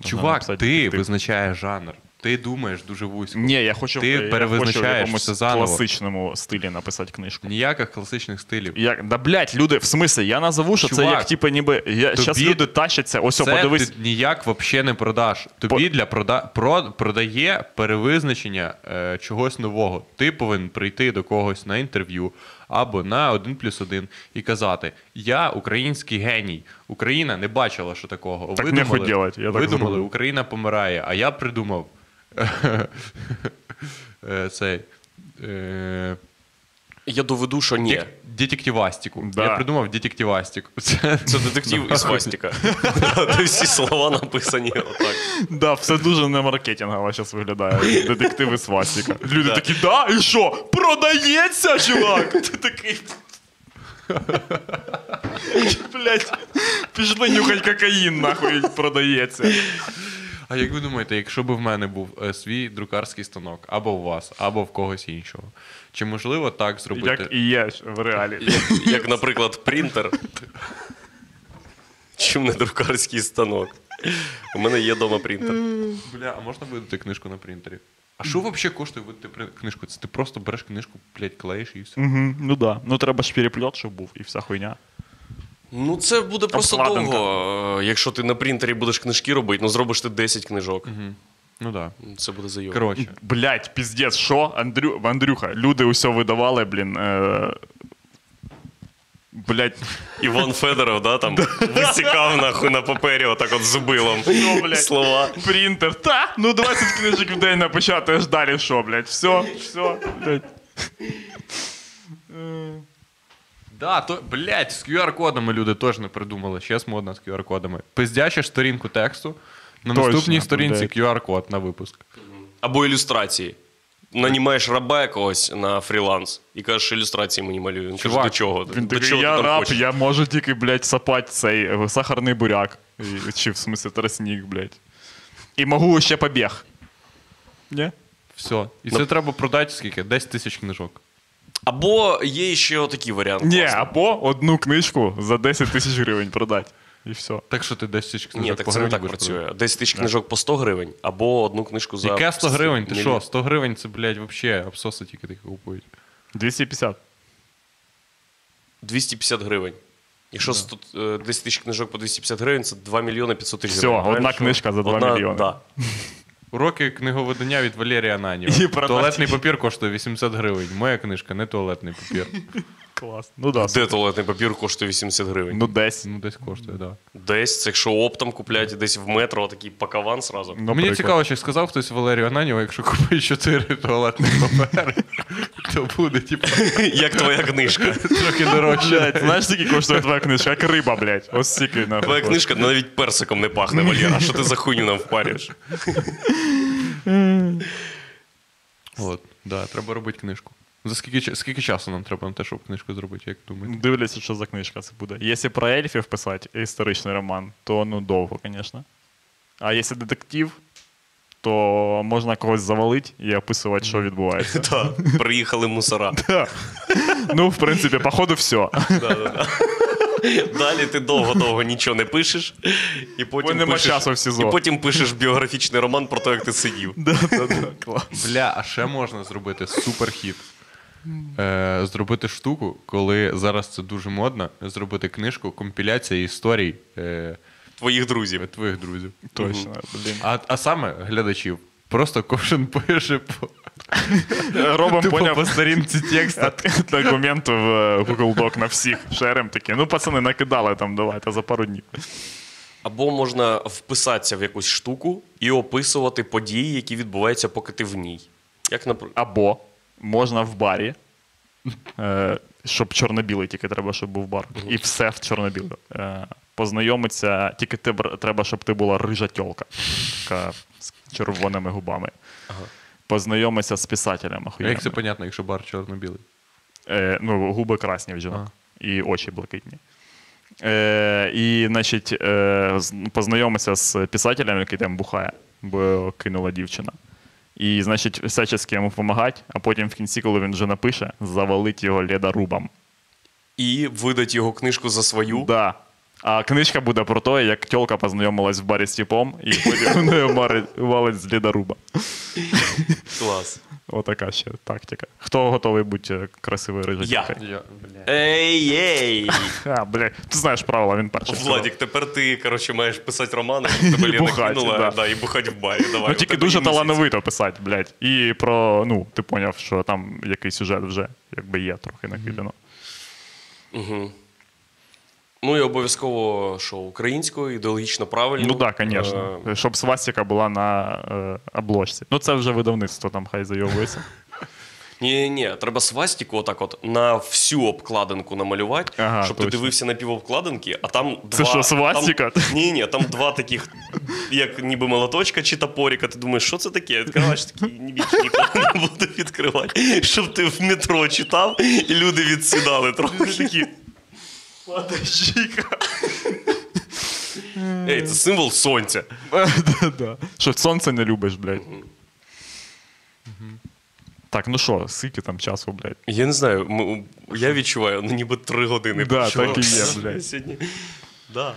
S2: Можна
S1: Чувак, ти
S2: написати детектив.
S1: визначаєш жанр. Ти думаєш дуже вузько.
S2: Ні, я хочу
S1: Ти
S2: я хочу
S1: перевизначаєш
S2: в якомусь
S1: все заново.
S2: класичному стилі написати книжку.
S1: Ніяких класичних стилів.
S2: Як, да блядь, люди, в смислі, я назову, що це
S1: Чувак,
S2: як типу ніби. Я,
S1: тобі-
S2: Щас люди тащаться, ось о,
S1: Це
S2: подивись.
S1: ти ніяк взагалі не продаш. Тобі для прода... про... продає перевизначення е, чогось нового. Ти повинен прийти до когось на інтерв'ю або на один плюс один і казати: Я український геній. Україна не бачила, що такого.
S2: Так
S1: Ви
S2: не
S1: думали-
S2: хоч делать, я так
S1: ви думали,
S2: зроблю.
S1: Україна помирає, а я придумав е, цей. е,
S3: Я доведу, що ні.
S1: дек- Детективастику.
S2: Да.
S1: Я придумав детективастику. Це,
S3: Це детектив і свастіка. Де всі слова написані отак.
S2: Да, все дуже не маркетингово зараз виглядає. Детективи свастіка. Люди такі, да, і що? Продається, чувак! Ти такий. Блять, пішли нюхать кокаїн, нахуй продається.
S1: А як ви думаєте, якщо б в мене був е, свій друкарський станок, або у вас, або в когось іншого, чи можливо так зробити?
S2: Як і є ж в реалі.
S3: Як, як, наприклад, принтер. Чим не друкарський станок? У мене є дома принтер.
S1: Бля, а можна видати книжку на принтері? А що взагалі коштує видати прин- книжку? Це ти просто береш книжку, блядь, клеїш і все.
S2: Мгм, Ну да. Ну треба ж перепльот, щоб був, і вся хуйня.
S3: Ну, це буде просто
S2: Обкладинка.
S3: довго. е, Якщо ти на принтері будеш книжки робити, ну зробиш ти 10 книжок.
S1: Ну так.
S3: Це буде
S1: Да.
S3: зайом.
S1: Коротше,
S2: Блять, піздець, що? Андрю... Андрюха, люди усе видавали, блін. Е... Блять,
S3: Іван Федоров, да, там висікав нахуй на папері, отак от зубилом.
S2: блядь?
S3: Слова.
S2: принтер. Та? Ну 20 книжок в день напечатаєш, далі що, блять? Все, все, блять.
S1: Да, то, блядь, з QR-кодами люди теж не придумали. Зараз модно з QR-кодами. Пиздячиш сторінку тексту, на
S2: Точно,
S1: наступній сторінці
S2: блядь.
S1: QR-код на випуск.
S3: Або ілюстрації. Нанімаєш раба якогось на фріланс і кажеш, ілюстрації мені малюю. Він каже,
S1: Чувак,
S3: до чого? ти?
S2: Він
S3: до
S2: такий,
S3: чого ти
S2: я
S3: там
S2: раб,
S3: хочеш?»
S2: я можу тільки, блядь, сапати цей е, сахарний буряк. І- Чи в смысле тростник, блядь. І можу ще побіг. Ні?
S1: Все. І це треба продати скільки? 10 тисяч книжок.
S3: Або є ще такі варіанти.
S2: Ні, або одну книжку за 10 тисяч гривень продати. І все.
S1: Так що ти 10 тисяч книжок
S3: Ні, так
S1: по
S3: це не
S1: гривні
S3: так
S1: будеш
S3: працює. 10 тисяч книжок по 100 гривень, або одну книжку за.
S1: продавати? Яке 100 гривень? Ти
S3: мільйон.
S1: що? 100 гривень це, блядь, взагалі абсоси тільки такі купують.
S2: 250.
S3: 250 гривень. Якщо сто- е, 10 тисяч книжок по 250 гривень, це 2 мільйони 500 тисяч
S2: Всьо,
S3: гривень.
S2: одна
S3: правильно?
S2: книжка за 2
S3: Одна-
S2: мільйони.
S3: Да.
S1: Уроки книговидання від Валерія Ананєва.
S2: І продати.
S1: Туалетний папір коштує 80 гривень. Моя книжка не туалетний папір.
S2: Клас. Ну да.
S3: Де туалетний папір коштує 80 гривень?
S2: Ну 10.
S1: Ну, десь коштує, так. Да.
S3: Десь, це якщо оптом купляти, десь в метро, такий пакаван
S2: Ну,
S3: сразу.
S1: Мені
S2: Наприклад.
S1: цікаво, чи сказав хтось Валерію Ананєву, якщо купить 4 туалетних папери, то буде, типу,
S3: Як твоя книжка?
S1: трохи дорожче.
S2: Блядь, знаєш, скільки коштує твоя книжка? Як риба, блядь. Ось стільки, на.
S3: Твоя книжка навіть персиком не пахне, Валера. Що ти за хуйню нам впарюєш?
S1: От, да, треба робити книжку. За скільки, ча- скільки часу нам треба на те, щоб книжку зробити, як думаєте?
S2: Дивляться, що за книжка це буде. Якщо про ельфів писати історичний роман, то ну довго, звісно. А якщо детектив, то можна когось завалити і описувати, що відбувається.
S3: Та, приїхали мусора.
S2: Ну, в принципі, походу, все.
S3: Далі ти довго-довго нічого не пишеш, і
S2: Бо
S3: потім
S2: нема
S3: пишеш,
S2: часу в СІЗО.
S3: і потім пишеш біографічний роман про те, як ти сидів.
S1: Бля, а ще можна зробити суперхіт. Е, зробити штуку, коли зараз це дуже модно, зробити книжку, компіляція історій е,
S3: Твоїх друзів.
S1: твоїх друзів.
S2: Точно, блін.
S1: А, а саме глядачів. Просто кожен пише по,
S2: Робимо
S1: тупо
S2: поняв
S1: по сторінці текста.
S2: от- документ в е, Google Doc на всіх шерем такі. Ну, пацани, накидали там, давайте за пару днів.
S3: Або можна вписатися в якусь штуку і описувати події, які відбуваються, поки ти в ній. Як наприклад.
S2: Або можна в барі, е, щоб чорно-білий, тільки треба, щоб був бар. І все в чорно-біле. Е, познайомиться, тільки ти бр- треба, щоб ти була рижа тьолка, така з червоними губами. Познайомиться з
S1: А
S2: писателем.
S1: Як це
S2: охуєнним.
S1: понятно, якщо бар чорно-білий?
S2: Е, ну, губи красні в жінок і очі блакитні. Е, і, значить, е, з- познайомився з писателем, який там бухає, бо його кинула дівчина. І, значить, всячески йому допомагати, а потім в кінці, коли він вже напише, завалить його ледорубом.
S3: І видать його книжку за свою.
S2: Да. А книжка буде про те, як тьолка познайомилась в барі з тіпом, і потім вона його марить- валить з ледоруба.
S3: Клас.
S2: Отака ще тактика. Хто готовий бути е, красивою
S3: Я.
S2: режисеркою?
S3: Ей, ей!
S2: А, блядь, ти знаєш правила, він перший. сказав.
S3: Владік, тепер ти коротше, маєш писати романи, як тебе Лена
S2: бухать,
S3: кинула,
S2: да.
S3: да. і бухать в барі. Давай,
S2: Ну,
S3: у
S2: тільки
S3: тебе
S2: дуже
S3: є місяць.
S2: талановито писати, блядь. І про, ну, ти поняв, що там якийсь сюжет вже якби є трохи накидано.
S3: Ну і обов'язково, що українською, ідеологічно правильно.
S2: Ну так, звісно.
S3: Е,
S2: Щоб свастика була на е, обложці. Ну, це вже видавництво там хай зайовується.
S3: Ні, ні, треба свастіку отак от на всю обкладинку намалювати,
S2: Ага,
S3: щоб ти
S2: точно.
S3: дивився на півобкладинки, а там
S2: Це
S3: два...
S2: що, свастіка?
S3: Там... Ні, ні, там два таких, як ніби молоточка чи топоріка. Ти думаєш, що це таке? Відкриваєш такий, ні більше ніколи не буду відкривати. Щоб ти в метро читав, і люди відсідали трохи такі.
S2: Ладожіка.
S3: Ей, це символ сонця.
S2: Що сонце не любиш, блядь. Так, ну що, скільки там часу, блядь?
S3: Я не знаю, ми- я відчуваю, ну ніби три години.
S2: Да,
S3: пройшло.
S2: так і є, блядь.
S3: Сьогодні. Да.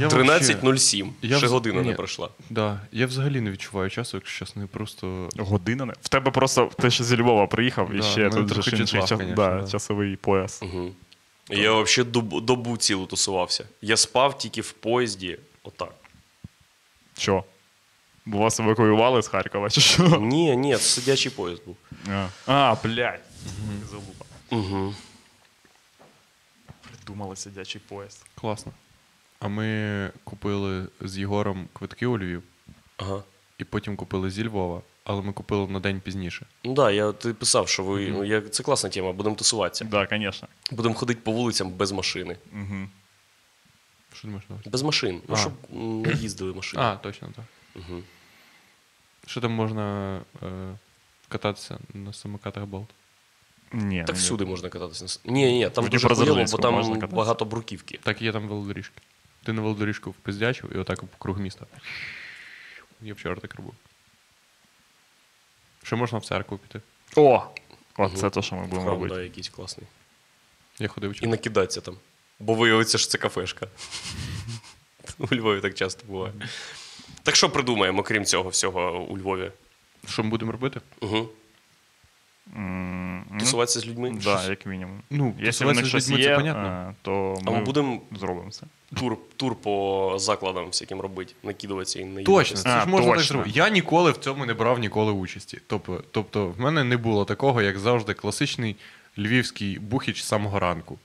S1: Я взагалі-
S3: 13.07.
S1: Я
S3: Ще
S1: вз-
S3: година не
S1: Ні.
S3: пройшла.
S1: Да, я взагалі не відчуваю часу, якщо чесно, я просто.
S2: Година не. В тебе просто ти ще зі Львова приїхав і
S1: Да,
S2: ще
S1: ну,
S2: тут же
S1: трохи
S2: ж інший
S1: джетлаг,
S2: час,
S1: конечно,
S2: да,
S1: да.
S2: часовий пояс.
S3: Я взагалі добу, добу цілу тусувався. Я спав тільки в поїзді. Отак.
S2: Що? Бо вас евакуювали з Харкова, чи що?
S3: Ні, ні, це сидячий поїзд був.
S2: А, а блядь. Залупа.
S3: Угу.
S2: Придумали сидячий поїзд.
S1: Класно. А ми купили з Єгором квитки у Львів,
S3: Ага.
S1: і потім купили зі Львова, але ми купили на день пізніше.
S3: Ну да, я ти писав, що ви. ну, Я, це класна тема, будемо тусуватися.
S2: Да, звісно.
S3: Будемо ходити по вулицям без машини.
S2: Угу.
S1: Що ти маєш на увазі?
S3: Без машин. Ну,
S1: А.
S3: щоб м, не їздили машини.
S1: А, точно, так.
S3: Угу.
S1: Що там можна е, кататися на самокатах болт?
S2: Ні,
S3: Так
S2: ні.
S3: всюди можна кататися. на с- Ні, ні, там
S2: В
S3: дуже хуйово, бо
S2: Дніпродзержинську можна
S3: там
S2: кататися.
S3: багато бруківки.
S1: Так є там велодоріжки. Ти на велодоріжку впиздячив і отак круг міста. Я вчора так робив. Ще можна в церкву піти.
S2: О! Оце те, що ми будемо
S3: Храм,
S2: робити.
S3: да, якийсь класний.
S1: Я ходив
S3: І
S1: вчора.
S3: накидатися там. Бо виявиться, що це кафешка. У Львові так часто буває. Так що придумаємо, крім цього всього у Львові?
S1: Що ми будемо робити?
S3: Угу.
S2: М, ну,
S3: Тусуватися з людьми?
S2: Да, як мінімум.
S1: Ну,
S2: Якщо в них
S1: тусуватися з
S2: щось
S1: людьми,
S2: є,
S1: це понятно.
S2: е, то
S3: А
S2: ми,
S3: ми будемо
S2: зробимо це.
S3: тур, тур по закладам всяким робити, накидуватися і наїдатися.
S1: Точно, це
S2: А,
S1: ж можна так
S2: точно.
S1: зробити. Я ніколи в цьому не брав ніколи участі. Тобто, тобто в мене не було такого, як завжди, класичний львівський бухіч з самого ранку.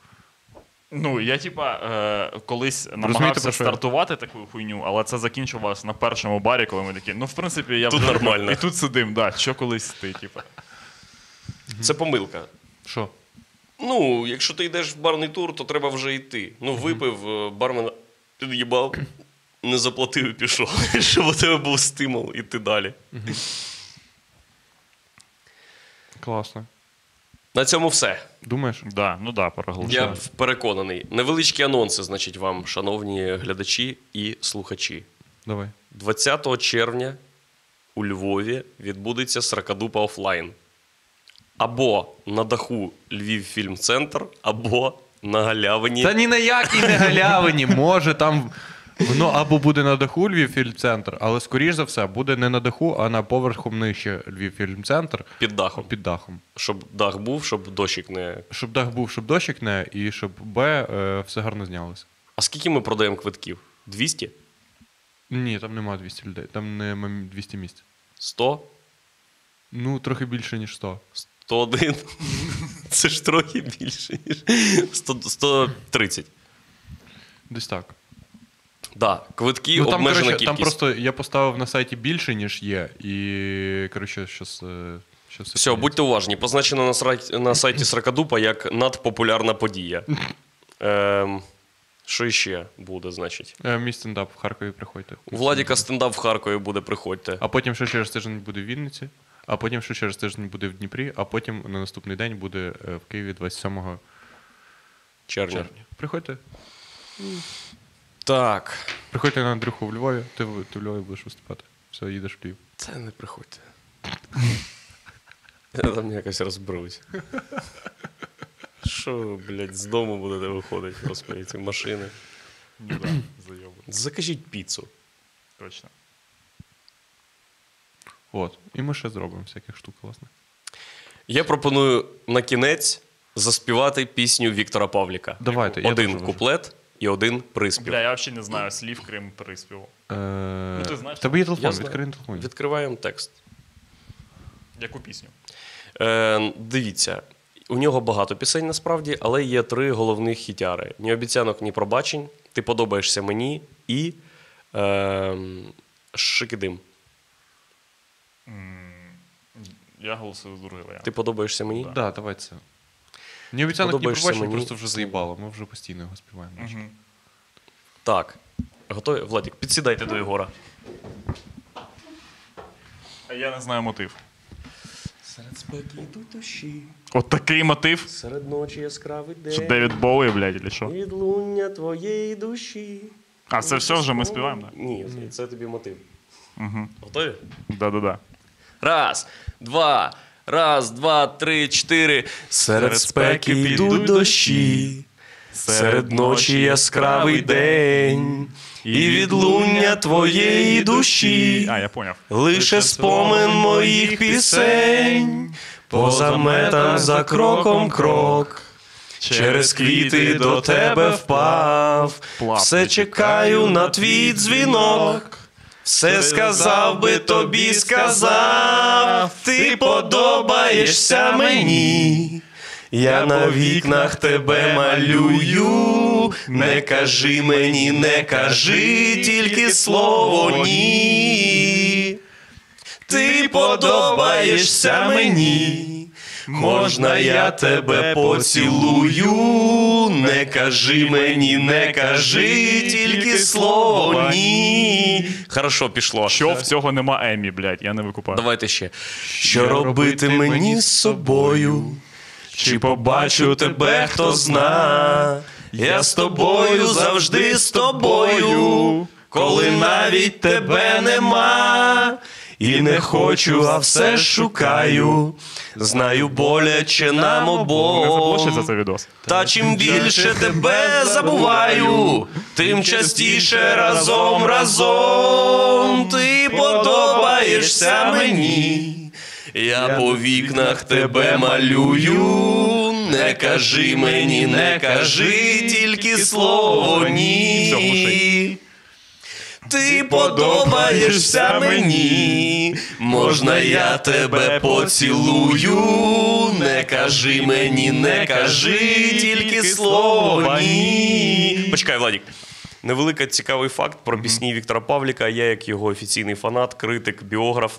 S2: Ну, я типа е, колись
S1: про
S2: намагався
S1: що я?
S2: стартувати таку хуйню, але це закінчувалося на першому барі, коли ми такі. Ну, в принципі, я
S3: Тут
S2: вже
S3: нормально.
S2: і тут сидим, да, що колись ти, типа.
S3: Це помилка.
S1: Що?
S3: Ну, якщо ти йдеш в барний тур, то треба вже йти. Ну, випив, е, бармен під'їбав, не заплатив і пішов, щоб у тебе був стимул іти далі.
S1: Класно.
S3: На цьому все.
S1: Думаєш?
S2: Да, ну да, проголосую.
S3: Я переконаний. Невеличкі анонси, значить, вам, шановні глядачі і слухачі.
S1: Давай.
S3: 20 червня у Львові відбудеться Сракадупа офлайн. Або на даху Львів Фільм-центр, або на галявині.
S1: Та ні на якій не галявині. Може там воно або буде на даху Львів фільм-центр, але скоріш за все буде не на даху, а на поверхом нижче Львів фільм-центр
S3: Під дахом.
S1: під дахом.
S3: Щоб дах був, щоб дощик не.
S1: Щоб дах був, щоб дощик не, і щоб Б е, все гарно знялося.
S3: А скільки ми продаємо квитків? 200?
S1: Ні, там немає 200 людей, там немає 200 місць.
S3: 100?
S1: Ну, трохи більше, ніж 100.
S3: 101? Це ж трохи більше, ніж 100, 130.
S1: Десь так.
S3: Да, квитки
S1: ну, там,
S3: обмежена
S1: коротше,
S3: кількість.
S1: там просто я поставив на сайті більше, ніж є, і коротше, щас. е, щас
S3: Все, будьте уважні. Позначено на, срай- на сайті Сракадупа як надпопулярна подія. Ем, що іще буде, значить?
S1: Е, Мій стендап в Харкові приходьте.
S3: У Владіка стендап в Харкові буде, приходьте.
S1: А потім ще через тиждень буде в Вінниці, а потім ще через тиждень буде в Дніпрі, а потім на наступний день буде е, в Києві 27
S3: Черня.
S1: червня. Приходьте.
S3: Так.
S1: Приходьте на Андрюху в Львові, ти, в- ти в Львові будеш виступати. Все, їдеш в Львів.
S3: Це не приходьте. Я там якось розберусь. Що, ви, блядь, з дому будете виходити, господи, ці машини.
S2: Ну, да, зайобу.
S3: Закажіть піцу.
S2: Точно.
S1: От. І ми ще зробимо всяких штук, класних.
S3: Я пропоную на кінець заспівати пісню Віктора Павліка.
S1: Давайте, я
S3: Один
S1: дуже важу.
S3: куплет і один приспів.
S2: Бля, я взагалі не знаю слів, крім приспіву.
S1: Е,
S2: ти знаєш,
S1: в тебе є
S3: Ну, Я
S1: телефон,
S3: знаю.
S1: відкрий на телефоні.
S3: Відкриваємо текст.
S2: Яку пісню?
S3: Е, дивіться, у нього багато пісень насправді, але є три головних хітяри: ні обіцянок, ні пробачень. Ти подобаєшся мені і е, Шикидим.
S2: Я голосую за другий варіант.
S3: Ти подобаєшся мені?
S1: Да, давай це. Мені обіцянок не
S3: Подобаєшся
S1: пробачення
S3: мені.
S1: просто вже заїбало. Ми вже постійно його співаємо.
S2: Мгм.
S3: Так. Готові? Владік, підсідайте до Єгора.
S2: А я не знаю мотив.
S3: Серед спеки йдуть дощі,
S2: От такий мотив,
S3: серед ночі яскравий день.
S2: що Девід Боуї, блядь, чи що.
S3: Відлуння твоєї душі.
S2: А це все вже ми співаємо, так?
S3: Ні, це- це тобі мотив. Готові?
S2: Да-да-да.
S3: Раз, два, раз, два, три, чотири. Серед спеки йдуть дощі, серед ночі яскравий день, і відлуння твоєї душі,
S2: А, я поняв.
S3: лише спомин моїх пісень, поза метом за кроком крок. Через квіти до тебе впав,
S2: Плав.
S3: все чекаю на твій дзвінок. Все сказав би тобі, сказав, ти подобаєшся мені. Я на вікнах тебе малюю, не кажи мені, не кажи тільки слово ні. Ти подобаєшся мені, можна я тебе поцілую, не кажи мені, не кажи тільки слово ні. Хорошо пішло.
S2: Що в цього нема Емі, блядь, я не викупаю.
S3: Давайте ще. Що робити мені з собою? Чи побачу тебе, хто зна? Я з тобою завжди з тобою, коли навіть тебе нема, і не хочу, а все ж шукаю. Знаю боляче нам
S2: Не заплощай за
S3: обом.
S2: цей відос.
S3: Та чим більше тебе забуваю, тим частіше разом разом ти подобаєшся мені. Я по вікнах тебе малюю. Не кажи мені, не кажи тільки слово
S2: Всьо,
S3: ні. Ти подобаєшся мені, можна я тебе поцілую, не кажи мені, не кажи тільки слово ні. Почекай, Владік. Невелика цікавий факт про пісні Віктора Павліка. Я, як його офіційний фанат, критик, біограф,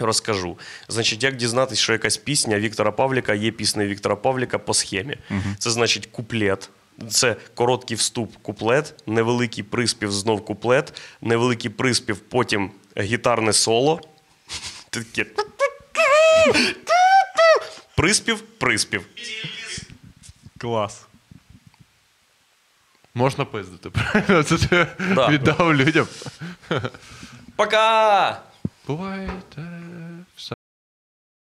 S3: розкажу. Значить, як дізнатися, що якась пісня Віктора Павліка є піснею Віктора Павліка по схемі. Це значить куплет. Це короткий вступ, куплет, невеликий приспів, знов куплет, невеликий приспів, потім гітарне соло. Таке. Приспів, приспів.
S2: Клас.
S1: Можна пиздити, правильно? Це ти
S3: Да.
S1: віддав людям.
S3: Пока!
S1: Бувайте все.